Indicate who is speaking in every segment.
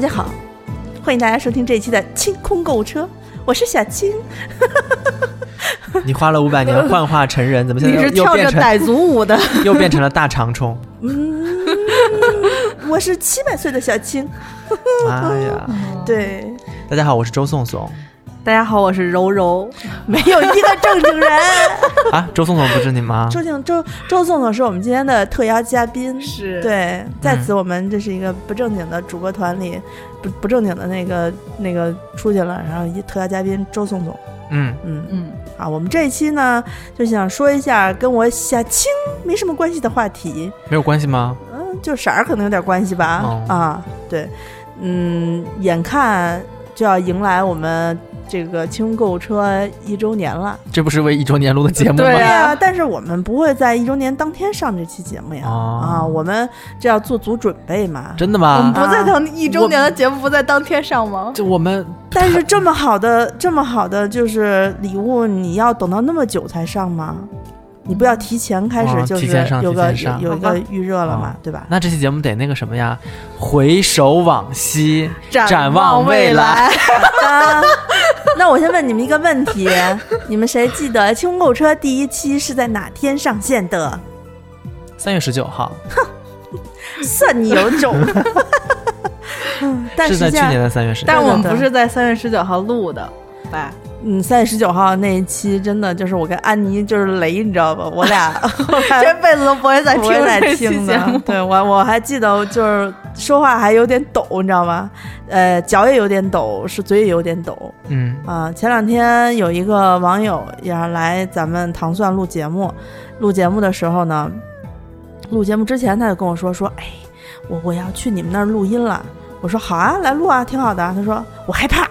Speaker 1: 家好，欢迎大家收听这一期的清空购物车，我是小金。
Speaker 2: 你花了五百年幻化成人，怎么现
Speaker 3: 你
Speaker 2: 在
Speaker 3: 是
Speaker 2: 又又
Speaker 3: 跳着
Speaker 2: 变成
Speaker 3: 傣族舞的，
Speaker 2: 又变成了大长虫？
Speaker 1: 我是七百岁的小青，
Speaker 2: 妈哎呀！
Speaker 1: 嗯对，
Speaker 2: 大家好，我是周颂颂
Speaker 3: 大家好，我是柔柔，
Speaker 1: 没有一个正经 人。
Speaker 2: 啊，周颂颂不是你吗？
Speaker 1: 周静周周总总是我们今天的特邀嘉宾，
Speaker 3: 是对，
Speaker 1: 对，在此我们这是一个不正经的主播团里，不不正经的那个那个出去了，然后一特邀嘉宾周颂总，
Speaker 2: 嗯，
Speaker 1: 嗯，
Speaker 3: 嗯，
Speaker 1: 啊，我们这一期呢就想说一下跟我小青没什么关系的话题，
Speaker 2: 没有关系吗？
Speaker 1: 嗯，就色儿可能有点关系吧，
Speaker 2: 哦
Speaker 1: 啊，对，嗯，眼看就要迎来我们这个清空购物车一周年了，哎
Speaker 2: 这不是为一周年录的节目吗？
Speaker 3: 对啊
Speaker 1: 呀、但是我们不会在一周年当天上这期节目呀，
Speaker 2: 哦
Speaker 1: 啊，我们这要做足准备嘛。
Speaker 2: 真的
Speaker 3: 我们
Speaker 2: 吗？
Speaker 3: 不在当一周年的节目不在当天上吗？
Speaker 2: 就我们
Speaker 1: 但是这么好的、这么好的就是礼物，你要等到那么久才上吗？你不要提前开始
Speaker 2: 哦
Speaker 1: 就是
Speaker 2: 提前上
Speaker 1: 有个
Speaker 2: 提前上
Speaker 1: 有有一个
Speaker 3: 好
Speaker 1: 预热了嘛
Speaker 2: 哦，
Speaker 1: 对吧？
Speaker 2: 那这期节目得那个什么呀？回首往昔，展望未来
Speaker 3: 来，
Speaker 1: 啊， 那我先问你们一个问题： 你们谁记得《清空购物车》第一期是在哪天上线的？
Speaker 2: 三月十九号
Speaker 1: 算你有种。 嗯但
Speaker 2: 是
Speaker 1: 实
Speaker 2: 在
Speaker 1: 际
Speaker 2: 去
Speaker 1: 上
Speaker 2: 年，的三月十九
Speaker 3: 但
Speaker 1: 对
Speaker 3: 我们
Speaker 1: 对
Speaker 3: 不是在三月十九号录的，哎吧？
Speaker 1: 嗯，三月十九号那一期真的就是我跟安妮就是雷，你知道吧？我 俩后来
Speaker 3: 这辈子都不会再
Speaker 1: 不
Speaker 3: 听
Speaker 1: 会再
Speaker 3: 这期
Speaker 1: 听
Speaker 3: 节目
Speaker 1: 的。。对我我还记得，就是说话还有点抖，你知道吗？呃，脚也有点抖，是嘴也有点抖
Speaker 2: 嗯，
Speaker 1: 啊、前两天有一个网友也来咱们糖蒜录节目，录节目的时候呢，录节目之前他就跟我说说，哎，我我要去你们那儿录音了。我说好啊，来录啊，挺好的啊。他说我害怕，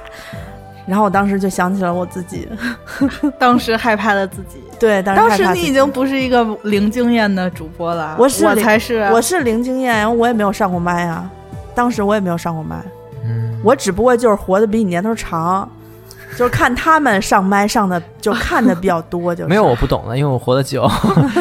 Speaker 1: 然后我当时就想起了我自己，
Speaker 3: 当时害怕了自己，
Speaker 1: 对，但是
Speaker 3: 当
Speaker 1: 害
Speaker 3: 时
Speaker 1: 怕
Speaker 3: 你
Speaker 1: 自
Speaker 3: 已
Speaker 1: 己
Speaker 3: 经不是一个零经验的主播了，
Speaker 1: 我是
Speaker 3: 我
Speaker 1: 零
Speaker 3: 才是啊，
Speaker 1: 我是零经验，我也没有上过麦啊。当时我也没有上过麦，
Speaker 2: 嗯
Speaker 1: 我只不过就是活得比你年头长， 就是看他们上麦上的就看的比较多，就是
Speaker 2: 没有我不懂的，因为我活得久，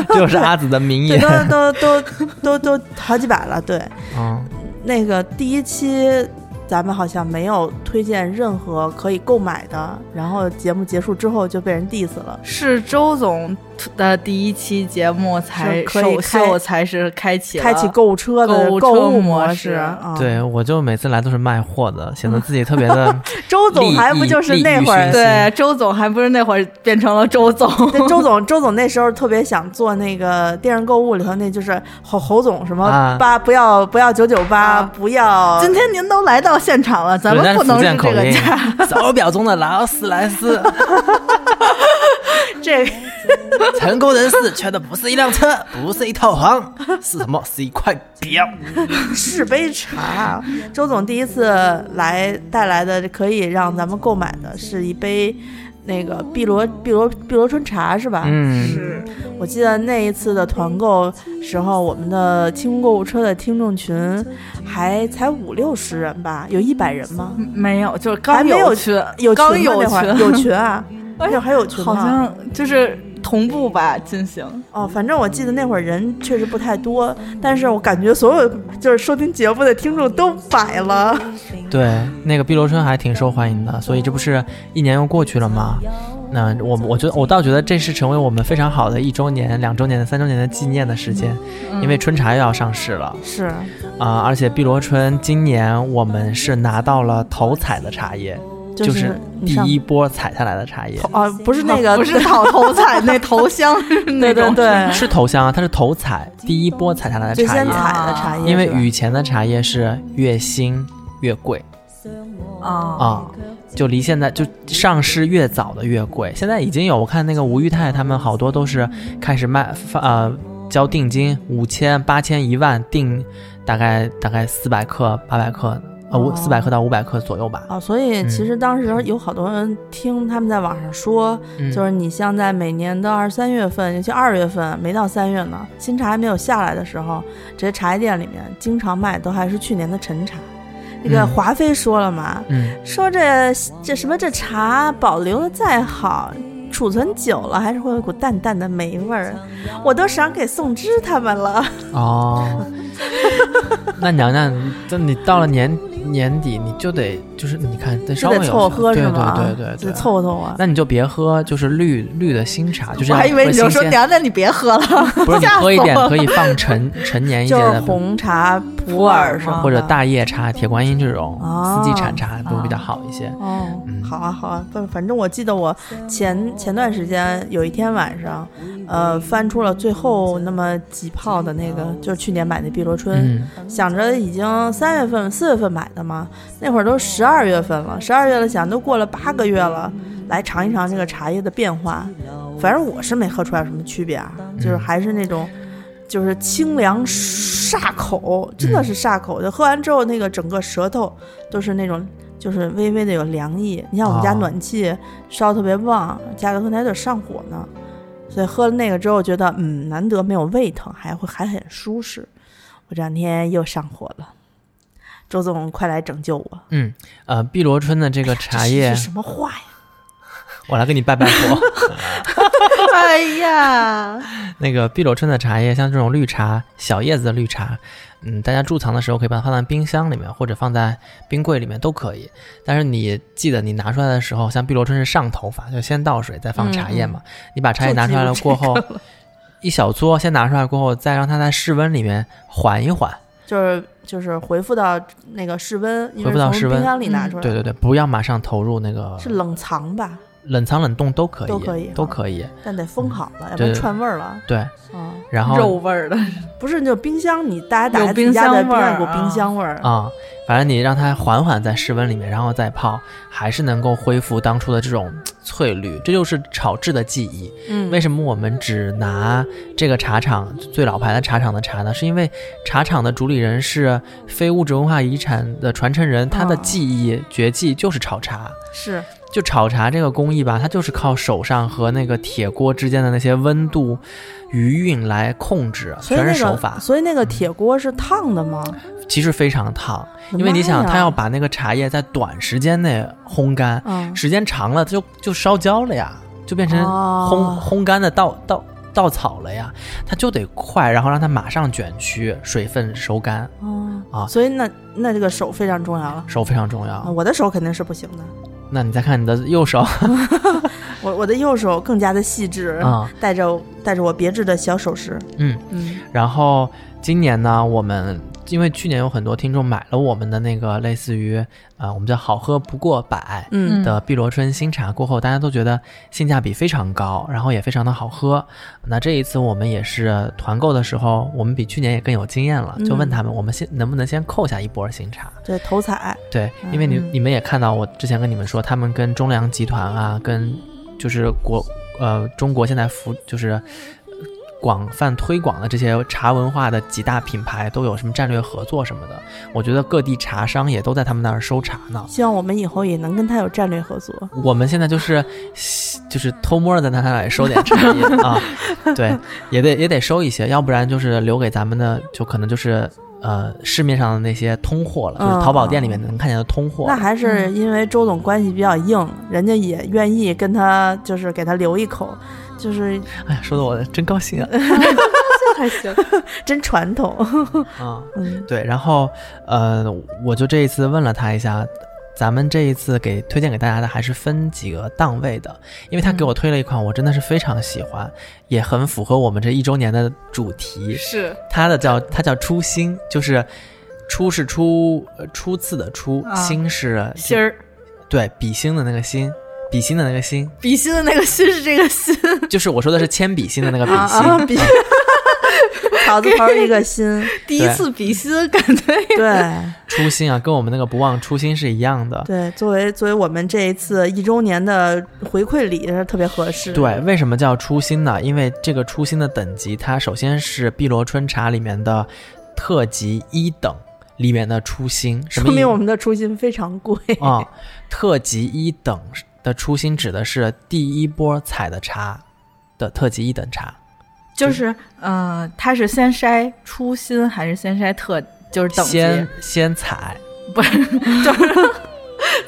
Speaker 2: 这就是阿紫的名
Speaker 1: 对
Speaker 2: 言。
Speaker 1: 都都都都都好几百了。对，
Speaker 2: 嗯，
Speaker 1: 那个第一期咱们好像没有推荐任何可以购买的，然后节目结束之后就被人 diss 了。
Speaker 3: 是周总的第一期节目才
Speaker 1: 是可以
Speaker 3: 首
Speaker 1: 开
Speaker 3: 秀才是开启了
Speaker 1: 开启购物车的
Speaker 3: 购物车
Speaker 1: 购物
Speaker 3: 模
Speaker 1: 模
Speaker 3: 式
Speaker 1: 啊，，
Speaker 2: 对，我就每次来都是卖货的，显得自己特别 的
Speaker 1: 周总还不就是那会
Speaker 2: 利益利益
Speaker 1: 儿
Speaker 2: 熏
Speaker 3: 对周总还不是那会儿变成了周总，
Speaker 1: 对，周总，周总那时候特别想做那个电视购物里头，那就是侯侯总什么
Speaker 2: 啊
Speaker 1: 八、不要不要九九八
Speaker 3: 啊
Speaker 1: 不要，
Speaker 3: 今天您都来到现场了，咱
Speaker 2: 对但
Speaker 3: 们
Speaker 2: 是
Speaker 3: 不能
Speaker 2: 福
Speaker 3: 是
Speaker 2: 建
Speaker 3: 这
Speaker 2: 口
Speaker 3: 个
Speaker 2: 音
Speaker 3: 价。，
Speaker 2: 早表中的劳斯莱斯，
Speaker 1: 这
Speaker 2: 成功人士缺的不是一辆车，不是一套房，是什么？是一块表。
Speaker 1: 是杯茶。啊周总第一次来带来的可以让咱们购买的是一杯那个碧螺碧螺碧螺春茶是吧？
Speaker 2: 嗯，
Speaker 1: 是，我记得那一次的团购时候，我们的清空购物车的听众群还才五六十人吧，有一百人吗？
Speaker 3: 没有，就是
Speaker 1: 还
Speaker 3: 刚
Speaker 1: 没有
Speaker 3: 群，
Speaker 1: 有群吗
Speaker 3: 刚有
Speaker 1: 那会儿
Speaker 3: 群， 哎
Speaker 1: 有群啊，那会儿还有群吗？
Speaker 3: 好像就是同步吧进行。
Speaker 1: 哦，反正我记得那会儿人确实不太多，但是我感觉所有就是收听节目的听众都摆了，
Speaker 2: 对，那个碧螺春还挺受欢迎的，所以这不是一年又过去了吗？那我我觉得我倒觉得这是成为我们非常好的一周年、两周年、三周年的纪念的时间，因为春茶又要上市了
Speaker 1: 是
Speaker 2: 啊、而且碧螺春今年我们是拿到了头采的茶叶，
Speaker 1: 就
Speaker 2: 就是
Speaker 1: 你
Speaker 2: 第
Speaker 1: 上
Speaker 2: 一波采下来的茶叶，
Speaker 1: 哦， 不是那个，
Speaker 3: 不是讨头彩那头香那
Speaker 1: 对对
Speaker 3: 种，
Speaker 1: 对，
Speaker 2: 是头香啊，它是头采，第一波采下来的
Speaker 1: 最
Speaker 2: 茶
Speaker 1: 先
Speaker 2: 叶，
Speaker 1: 采的茶叶，啊
Speaker 2: 因为
Speaker 1: 是吧
Speaker 2: 雨前的茶叶是越新越贵
Speaker 3: 啊，
Speaker 2: 啊。
Speaker 1: 哦
Speaker 2: 就离现在就上市越早的越贵，现在已经有我看那个吴裕泰他们好多都是开始卖发呃交定金五千八千一万定，大概大概四百克八百克呃五
Speaker 1: 哦
Speaker 2: 四百克到五百克左右吧，
Speaker 1: 哦，所
Speaker 2: 嗯
Speaker 1: 以其实当时有好多人听他们在网上说，
Speaker 2: 嗯
Speaker 1: 就是你像在每年的二三月份，尤其二月份没到三月呢，新茶还没有下来的时候，这些茶叶店里面经常卖都还是去年的陈茶。那个
Speaker 2: 嗯
Speaker 1: 华妃说了嘛，
Speaker 2: 嗯
Speaker 1: 说这这什么这茶保留的再好，储存久了还是会有一股淡淡的霉味儿。我都赏给宋芝他们了，
Speaker 2: 哦，那娘娘，这你到了年年底你就得就是你看得稍
Speaker 1: 是
Speaker 2: 微有
Speaker 1: 得凑合喝
Speaker 2: 对
Speaker 1: 是吗？啊
Speaker 2: 对对对对
Speaker 1: 得凑合凑啊合。
Speaker 2: 那你就别喝，就是绿绿的新茶，就是
Speaker 3: 我
Speaker 2: 要
Speaker 3: 还以为
Speaker 2: 喝
Speaker 3: 你就
Speaker 2: 新
Speaker 3: 说
Speaker 2: 鲜，
Speaker 3: 娘，那你别喝了，
Speaker 2: 不是你
Speaker 3: 吓
Speaker 2: 喝一
Speaker 3: 死
Speaker 2: 点
Speaker 3: 我
Speaker 2: 可以 放陈陈年一
Speaker 1: 就
Speaker 2: 些
Speaker 1: 是
Speaker 2: 的，
Speaker 1: 红茶、普
Speaker 3: 洱
Speaker 1: 洱什么的
Speaker 2: 或者大叶茶、铁观音这种
Speaker 1: 哦
Speaker 2: 四季产茶都比较好一些。
Speaker 1: 哦
Speaker 2: 嗯，
Speaker 1: 好啊，好啊，反反正我记得我前前段时间有一天晚上，呃，翻出了最后那么几泡的那个，就是去年买的碧螺春，
Speaker 2: 嗯，
Speaker 1: 想着已经三月份、四月份买的嘛，那会儿都十二月份了，十二月了，想都过了八个月了，来尝一尝这个茶叶的变化。反正我是没喝出来什么区别啊，就是
Speaker 2: 嗯
Speaker 1: 还是那种，就是清凉煞口，真的是煞
Speaker 2: 嗯
Speaker 1: 口。就喝完之后，那个整个舌头都是那种，就是微微的有凉意。你像我们家
Speaker 2: 哦
Speaker 1: 暖气烧得特别旺，加个喝奶就上火呢，所以喝了那个之后，觉得嗯，难得没有胃疼，还会还很舒适。我这两天又上火了，周总快来拯救我！
Speaker 2: 嗯，呃，碧螺春的这个
Speaker 1: 这
Speaker 2: 茶
Speaker 1: 是
Speaker 2: 叶
Speaker 1: 是，什么话呀？
Speaker 2: 我来给你拜拜佛。
Speaker 3: 哎呀，
Speaker 2: 那个碧螺春的茶叶，像这种绿茶、小叶子的绿茶，嗯，大家贮藏的时候可以把它放在冰箱里面，或者放在冰柜里面都可以。但是你记得，你拿出来的时候，像碧螺春是上头发，就先倒水再放茶叶
Speaker 1: 嗯
Speaker 2: 嘛。你把茶叶拿出来了过 后，一小撮先拿出来过后，再让它在室温里面缓一缓。
Speaker 1: 就是就是回复到那个室温，因为
Speaker 2: 回复到室
Speaker 1: 从
Speaker 2: 温
Speaker 1: 冰箱里
Speaker 3: 嗯
Speaker 1: 拿出来，
Speaker 2: 对对对，不要马上投入那个
Speaker 1: 嗯是冷藏吧，
Speaker 2: 冷藏冷冻都可以，
Speaker 1: 都可以
Speaker 2: 都可以。
Speaker 1: 但得封好了，要不
Speaker 2: 嗯对
Speaker 1: 然串味儿了。
Speaker 2: 对，
Speaker 3: 嗯
Speaker 1: 啊，
Speaker 2: 然后
Speaker 3: 肉味儿的，
Speaker 1: 不是，就冰箱你大家打开
Speaker 3: 有
Speaker 1: 自己家的
Speaker 3: 冰箱
Speaker 1: 冰
Speaker 3: 味儿
Speaker 1: 箱有
Speaker 3: 啊
Speaker 1: 冰箱味儿，
Speaker 2: 啊、反正你让它缓缓在室温里面，然后再泡，还是能够恢复当初的这种嘖翠绿。这就是炒制的技艺。
Speaker 1: 嗯
Speaker 2: 为什么我们只拿这个茶厂最老牌的茶厂的茶呢？是因为茶厂的主理人是非物质文化遗产的传承人，他的
Speaker 1: 哦
Speaker 2: 技艺绝技就是炒茶。
Speaker 1: 是
Speaker 2: 就炒茶这个工艺吧，它就是靠手上和那个铁锅之间的那些温度、余韵来控制，
Speaker 1: 所以
Speaker 2: 全
Speaker 1: 那
Speaker 2: 是手
Speaker 1: 个
Speaker 2: 法。
Speaker 1: 所以那个铁锅是烫的吗？啊
Speaker 2: 其实非常烫，因为你想，它要把那个茶叶在短时间内烘干，
Speaker 1: 嗯
Speaker 2: 时间长了它就就烧焦了呀，就变成烘、
Speaker 1: 哦
Speaker 2: 烘干的稻稻稻草了呀，它就得快，然后让它马上卷曲，水分收干，啊
Speaker 1: 哦，所以那那这个手非常重要了。
Speaker 2: 手非常重
Speaker 1: 啊
Speaker 2: 要。
Speaker 1: 我的手肯定是不行的，
Speaker 2: 那你再看你的右手啊、
Speaker 1: 我我的右手更加的细致，带着带着我别致的小手势，
Speaker 2: 嗯，
Speaker 3: 嗯，
Speaker 2: 然后今年呢，我们因为去年有很多听众买了我们的那个类似于呃，我们叫好喝不过百，
Speaker 1: 嗯
Speaker 3: 嗯
Speaker 2: 的碧螺春新茶过后，大家都觉得性价比非常高，然后也非常的好喝。那这一次我们也是团购的时候，我们比去年也更有经验了，
Speaker 1: 嗯
Speaker 2: 就问他们我们先能不能先扣下一波新茶？
Speaker 1: 对，头彩，
Speaker 2: 对，因为你、
Speaker 3: 嗯
Speaker 2: 你们也看到我之前跟你们说，他们跟中粮集团啊，跟就是国呃中国现在服就是呃广泛推广的这些茶文化的几大品牌都有什么战略合作什么的，我觉得各地茶商也都在他们那儿收茶呢。
Speaker 1: 希望我们以后也能跟他有战略合作。
Speaker 2: 我们现在就是就是偷摸的在他那里收点茶叶啊，对，也得也得收一些，要不然就是留给咱们的，就可能就是呃市面上的那些通货了，就是淘宝店里面能看见的通货
Speaker 1: 那。还是因为周总关系比较硬，人家也愿意跟他就是给他留一口，就是
Speaker 2: 哎呀，说的我真高兴啊！
Speaker 3: 这还行，
Speaker 1: 真传统。
Speaker 2: 啊，
Speaker 1: 嗯
Speaker 2: 对，然后呃，我就这一次问了他一下。咱们这一次给推荐给大家的还是分几个档位的，因为他给我推了一款，我真的是非常喜欢，也很符合我们这一周年的主题，
Speaker 3: 是
Speaker 2: 它的叫它叫初心，就是初是初呃初次的初，
Speaker 3: 啊
Speaker 2: 心是
Speaker 3: 心儿，
Speaker 2: 对比心的那个心，比心的那个心，
Speaker 3: 比心的那个心是这个心，
Speaker 2: 就是我说的是铅笔芯的那个笔
Speaker 3: 啊
Speaker 2: 芯。
Speaker 1: 啊，比草字头一个心，
Speaker 3: 第一次比心感觉
Speaker 1: 对
Speaker 2: 初心啊，跟我们那个不忘初心是一样的。
Speaker 1: 对，作为作为我们这一次一周年的回馈礼是特别合适。
Speaker 2: 对，，为什么叫初心呢？因为这个初心的等级，它首先是碧螺春茶里面的特级一等里面的初心，什么
Speaker 1: 说
Speaker 2: 意
Speaker 1: 明我们的初心非常贵。
Speaker 2: 啊、特级一等的初心指的是第一波采的茶的特级一等茶。
Speaker 3: 就是，嗯，他是先筛初心还是先筛特，就是等级，
Speaker 2: 先先采，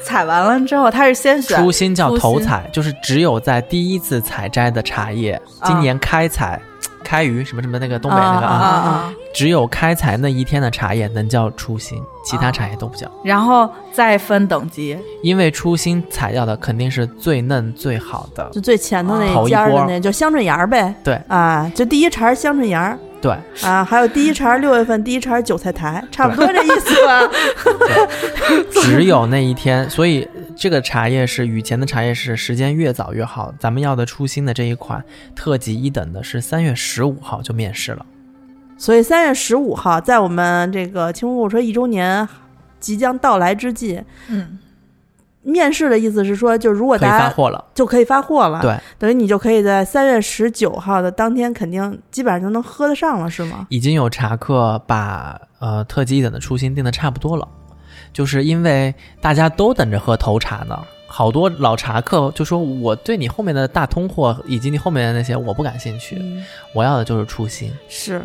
Speaker 3: 采完了之后他是先选
Speaker 2: 初心叫
Speaker 3: 初
Speaker 2: 头
Speaker 3: 心
Speaker 2: 采，就是只有在第一次采摘的茶叶，
Speaker 3: 啊
Speaker 2: 今年开采，开渔什么什么那个东北
Speaker 1: 啊
Speaker 2: 那个
Speaker 1: 啊
Speaker 2: 啊，
Speaker 3: 啊，
Speaker 2: 只有开采那一天的茶叶能叫初新，其他茶叶都不叫，
Speaker 3: 然后再分等级，
Speaker 2: 因为初新采掉的肯定是最嫩最好的。
Speaker 1: 就最前头
Speaker 2: 头
Speaker 1: 那
Speaker 2: 一
Speaker 1: 尖儿
Speaker 2: 波
Speaker 1: 的那，就香椿芽儿呗。
Speaker 2: 对
Speaker 1: 啊，就第一茬儿香椿芽儿
Speaker 2: 对，
Speaker 1: 啊，还有第一茬儿六月份第一茬儿韭菜苔，差不多这意思吧。
Speaker 2: 只有那一天，所以这个茶叶是雨前的茶叶是时间越早越好。咱们要的初新的这一款特级一等的是三月十五号就面世了，
Speaker 1: 所以三月十五号，在我们这个清空购物车一周年即将到来之际，
Speaker 3: 嗯，
Speaker 1: 面试的意啊思是说，就如果
Speaker 2: 可以
Speaker 1: 大
Speaker 2: 发
Speaker 1: 家
Speaker 2: 货了。
Speaker 1: 就可以发货了，
Speaker 2: 对，
Speaker 1: 等于你就可以在三月十九号的当天，肯定基本上就能喝得上了，是 吗？
Speaker 2: 已经有茶客把呃特级一等的初心定的差不多了，就是因为大家都等着喝头茶呢。好多老茶客就说：“我对你后面的大通货以及你后面的那些我不感兴趣，
Speaker 1: 嗯
Speaker 3: 嗯
Speaker 2: 我要的就是初心。
Speaker 1: 是，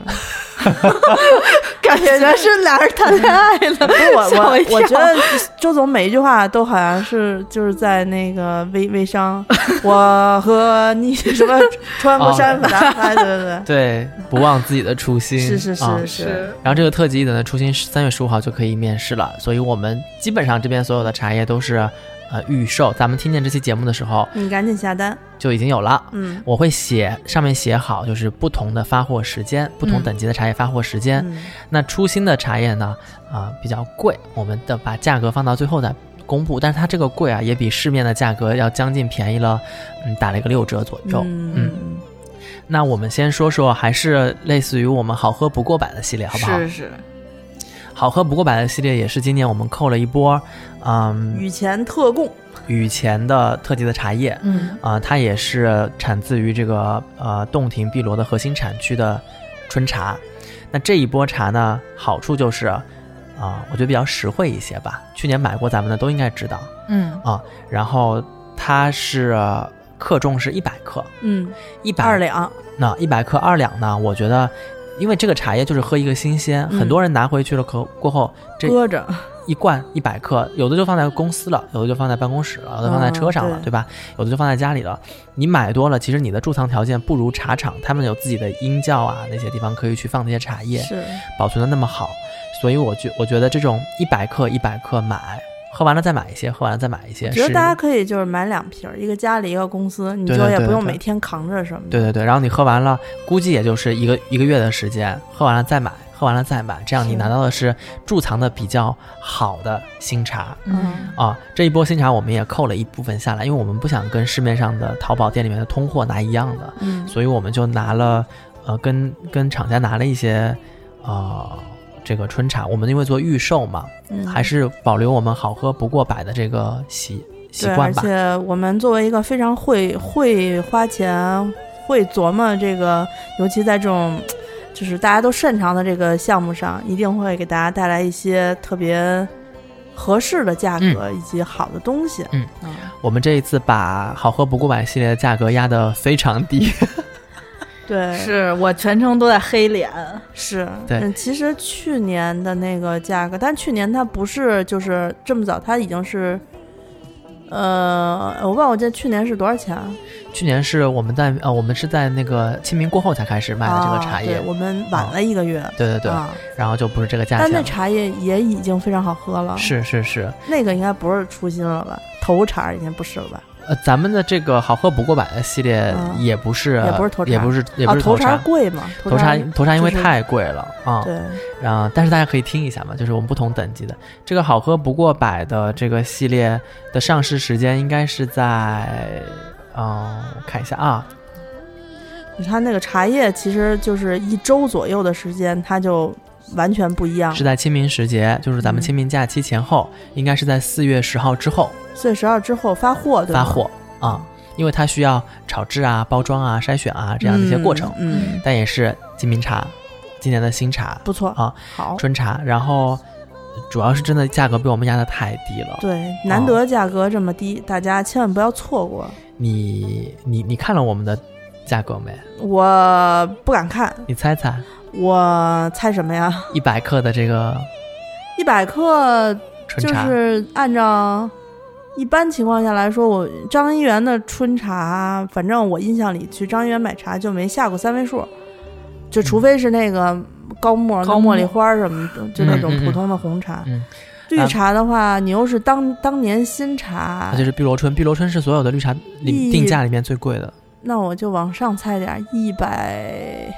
Speaker 3: 感觉是俩人谈恋爱了，
Speaker 1: 我
Speaker 3: 吓
Speaker 1: 我
Speaker 3: 一跳
Speaker 1: 我觉得周总每一句话都好像是就是在那个微微 商，我和你什么穿
Speaker 2: 哦
Speaker 1: 过山 和咱哎，对对对”，
Speaker 2: 对，不忘自己的初 心。
Speaker 1: 是是
Speaker 2: 啊
Speaker 1: 是是，
Speaker 2: 然后这个特级一等的初心三月十五号就可以面试了，所以我们基本上这边所有的茶叶都是呃预售，咱们听见这期节目的时候
Speaker 1: 你赶紧下单，
Speaker 2: 就已经有了。
Speaker 1: 嗯，
Speaker 2: 我会写上面写好，就是不同的发货时间，不同等级的茶叶发货时间。
Speaker 1: 嗯
Speaker 2: 那初心的茶叶呢，啊、比较贵，我们的把价格放到最后再公布，但是它这个贵啊，也比市面的价格要将近便宜了，嗯，打了一个六折左右。
Speaker 1: 嗯，
Speaker 2: 那我们先说说，还是类似于我们好喝不过百的系列，好不好？
Speaker 3: 是是，
Speaker 2: 好喝不过百的系列也是今年我们扣了一波，嗯，
Speaker 1: 雨前特供，
Speaker 2: 雨前的特级的茶叶，
Speaker 3: 嗯
Speaker 2: 啊、它也是产自于这个呃洞庭碧螺的核心产区的春茶。那这一波茶呢，好处就是啊、我觉得比较实惠一些吧。去年买过咱们的都应该知道。啊
Speaker 3: 嗯
Speaker 2: 然后它是克重是一百克，
Speaker 1: 嗯，
Speaker 2: 一百
Speaker 1: 二两，
Speaker 2: 那一百克二两呢，我觉得。因为这个茶叶就是喝一个新鲜，
Speaker 1: 嗯
Speaker 2: 很多人拿回去了可过后，这
Speaker 1: 搁着，
Speaker 2: 一罐一百克，有的就放在公司了，有的就放在办公室了，有的放在车上了，
Speaker 1: 嗯对
Speaker 2: 对吧？有的就放在家里了。你买多了，其实你的贮藏条件不如茶厂，他们有自己的阴窖啊，那些地方可以去放那些茶叶，
Speaker 1: 是，
Speaker 2: 保存的那么好。所以我觉我觉得这种一百克一百克买，喝完了再买一些，喝完了再买一些，
Speaker 1: 觉
Speaker 2: 是
Speaker 1: 得大家可以就是买两瓶儿，一个家里一个公司，你
Speaker 2: 对
Speaker 1: 就
Speaker 2: 对
Speaker 1: 也
Speaker 2: 对
Speaker 1: 不用
Speaker 2: 对
Speaker 1: 每天扛着什么的。
Speaker 2: 对对对。然后你喝完了，估计也就是一个一个月的时间，喝完了再买，喝完了再买，这样你
Speaker 1: 是
Speaker 2: 拿到的是贮藏的比较好的新茶。
Speaker 3: 嗯
Speaker 2: 啊，这一波新茶我们也扣了一部分下来，因为我们不想跟市面上的淘宝店里面的通货拿一样的，
Speaker 1: 嗯，
Speaker 2: 所以我们就拿了，呃，跟跟厂家拿了一些，呃，这个春茶。我们因为做预售嘛，
Speaker 1: 嗯
Speaker 2: 还是保留我们好喝不过百的这个习习
Speaker 1: 对，
Speaker 2: 惯
Speaker 1: 而
Speaker 2: 吧。
Speaker 1: 且我们作为一个非常会会花钱、会琢磨这个，尤其在这种就是大家都擅长的这个项目上，一定会给大家带来一些特别合适的价格、以及好的东西。
Speaker 2: 嗯我们这一次把好喝不过百系列的价格压得非常低，
Speaker 1: 对，
Speaker 3: 是我全程都在黑脸，
Speaker 1: 是，
Speaker 2: 对
Speaker 1: 嗯，其实去年的那个价格，但去年它不是就是这么早，它已经是，呃，我忘了我记得去年是多少钱啊
Speaker 2: 去年是我们在呃，我们是在那个清明过后才开始卖的这个茶叶，
Speaker 1: 啊对我们晚了一个月，
Speaker 2: 对对对，
Speaker 1: 啊，
Speaker 2: 然后就不是这个价
Speaker 1: 但
Speaker 2: 钱
Speaker 1: 那
Speaker 2: 了。
Speaker 1: 茶叶也已经非常好喝了，
Speaker 2: 是是是，
Speaker 1: 那个应该不是初心了吧？头茶已经不是了吧？
Speaker 2: 呃，咱们的这个好喝不过百的系列
Speaker 1: 嗯
Speaker 2: 也不是，
Speaker 1: 也不是头茶
Speaker 2: 也不是，也
Speaker 1: 啊
Speaker 2: 不，是
Speaker 1: 头
Speaker 2: 茶。
Speaker 1: 贵嘛，头
Speaker 2: 头茶头茶因为
Speaker 1: 就是
Speaker 2: 太贵了啊，
Speaker 1: 对，
Speaker 2: 然后但是大家可以听一下嘛，就是我们不同等级的这个好喝不过百的这个系列的上市时间应该是在，嗯，我看一下啊，
Speaker 1: 你看那个茶叶，其实就是一周左右的时间，它就完全不一样
Speaker 2: 是。在清明时节，就是咱
Speaker 1: 嗯
Speaker 2: 们清明假期前后，应该是在四月十号之后
Speaker 1: 四月十号之后发货，对吧
Speaker 2: 发货啊，因为它需要炒制啊、包装啊、筛选啊这样的一些过程，
Speaker 1: 嗯，嗯
Speaker 2: 但也是金明茶今年的新茶，
Speaker 1: 不错
Speaker 2: 啊，
Speaker 1: 好，
Speaker 2: 春茶，然后主要是真的价格被我们压得太低了。
Speaker 1: 对，难
Speaker 2: 哦
Speaker 1: 得价格这么低，大家千万不要错过。
Speaker 2: 你你你看了我们的价格没？
Speaker 1: 我不敢看，
Speaker 2: 你猜猜，
Speaker 1: 我猜什么呀？
Speaker 2: 一百克的这个
Speaker 1: 一百克
Speaker 2: 春
Speaker 1: 就
Speaker 2: 茶，
Speaker 1: 是按照一般情况下来说，我张一元的春茶，反正我印象里去张一元买茶就没下过三位数。就
Speaker 2: 嗯
Speaker 1: 除非是那个高沫、
Speaker 3: 高
Speaker 1: 高
Speaker 3: 沫
Speaker 1: 茉莉花什么的，就那种
Speaker 2: 嗯嗯嗯
Speaker 1: 普通的红茶。
Speaker 2: 嗯
Speaker 1: 绿茶的话，你又是当当年新茶
Speaker 2: 它，就是碧螺春，碧螺春是所有的绿茶里
Speaker 1: 一
Speaker 2: 定价里面最贵的。
Speaker 1: 那我就往上猜点儿，一百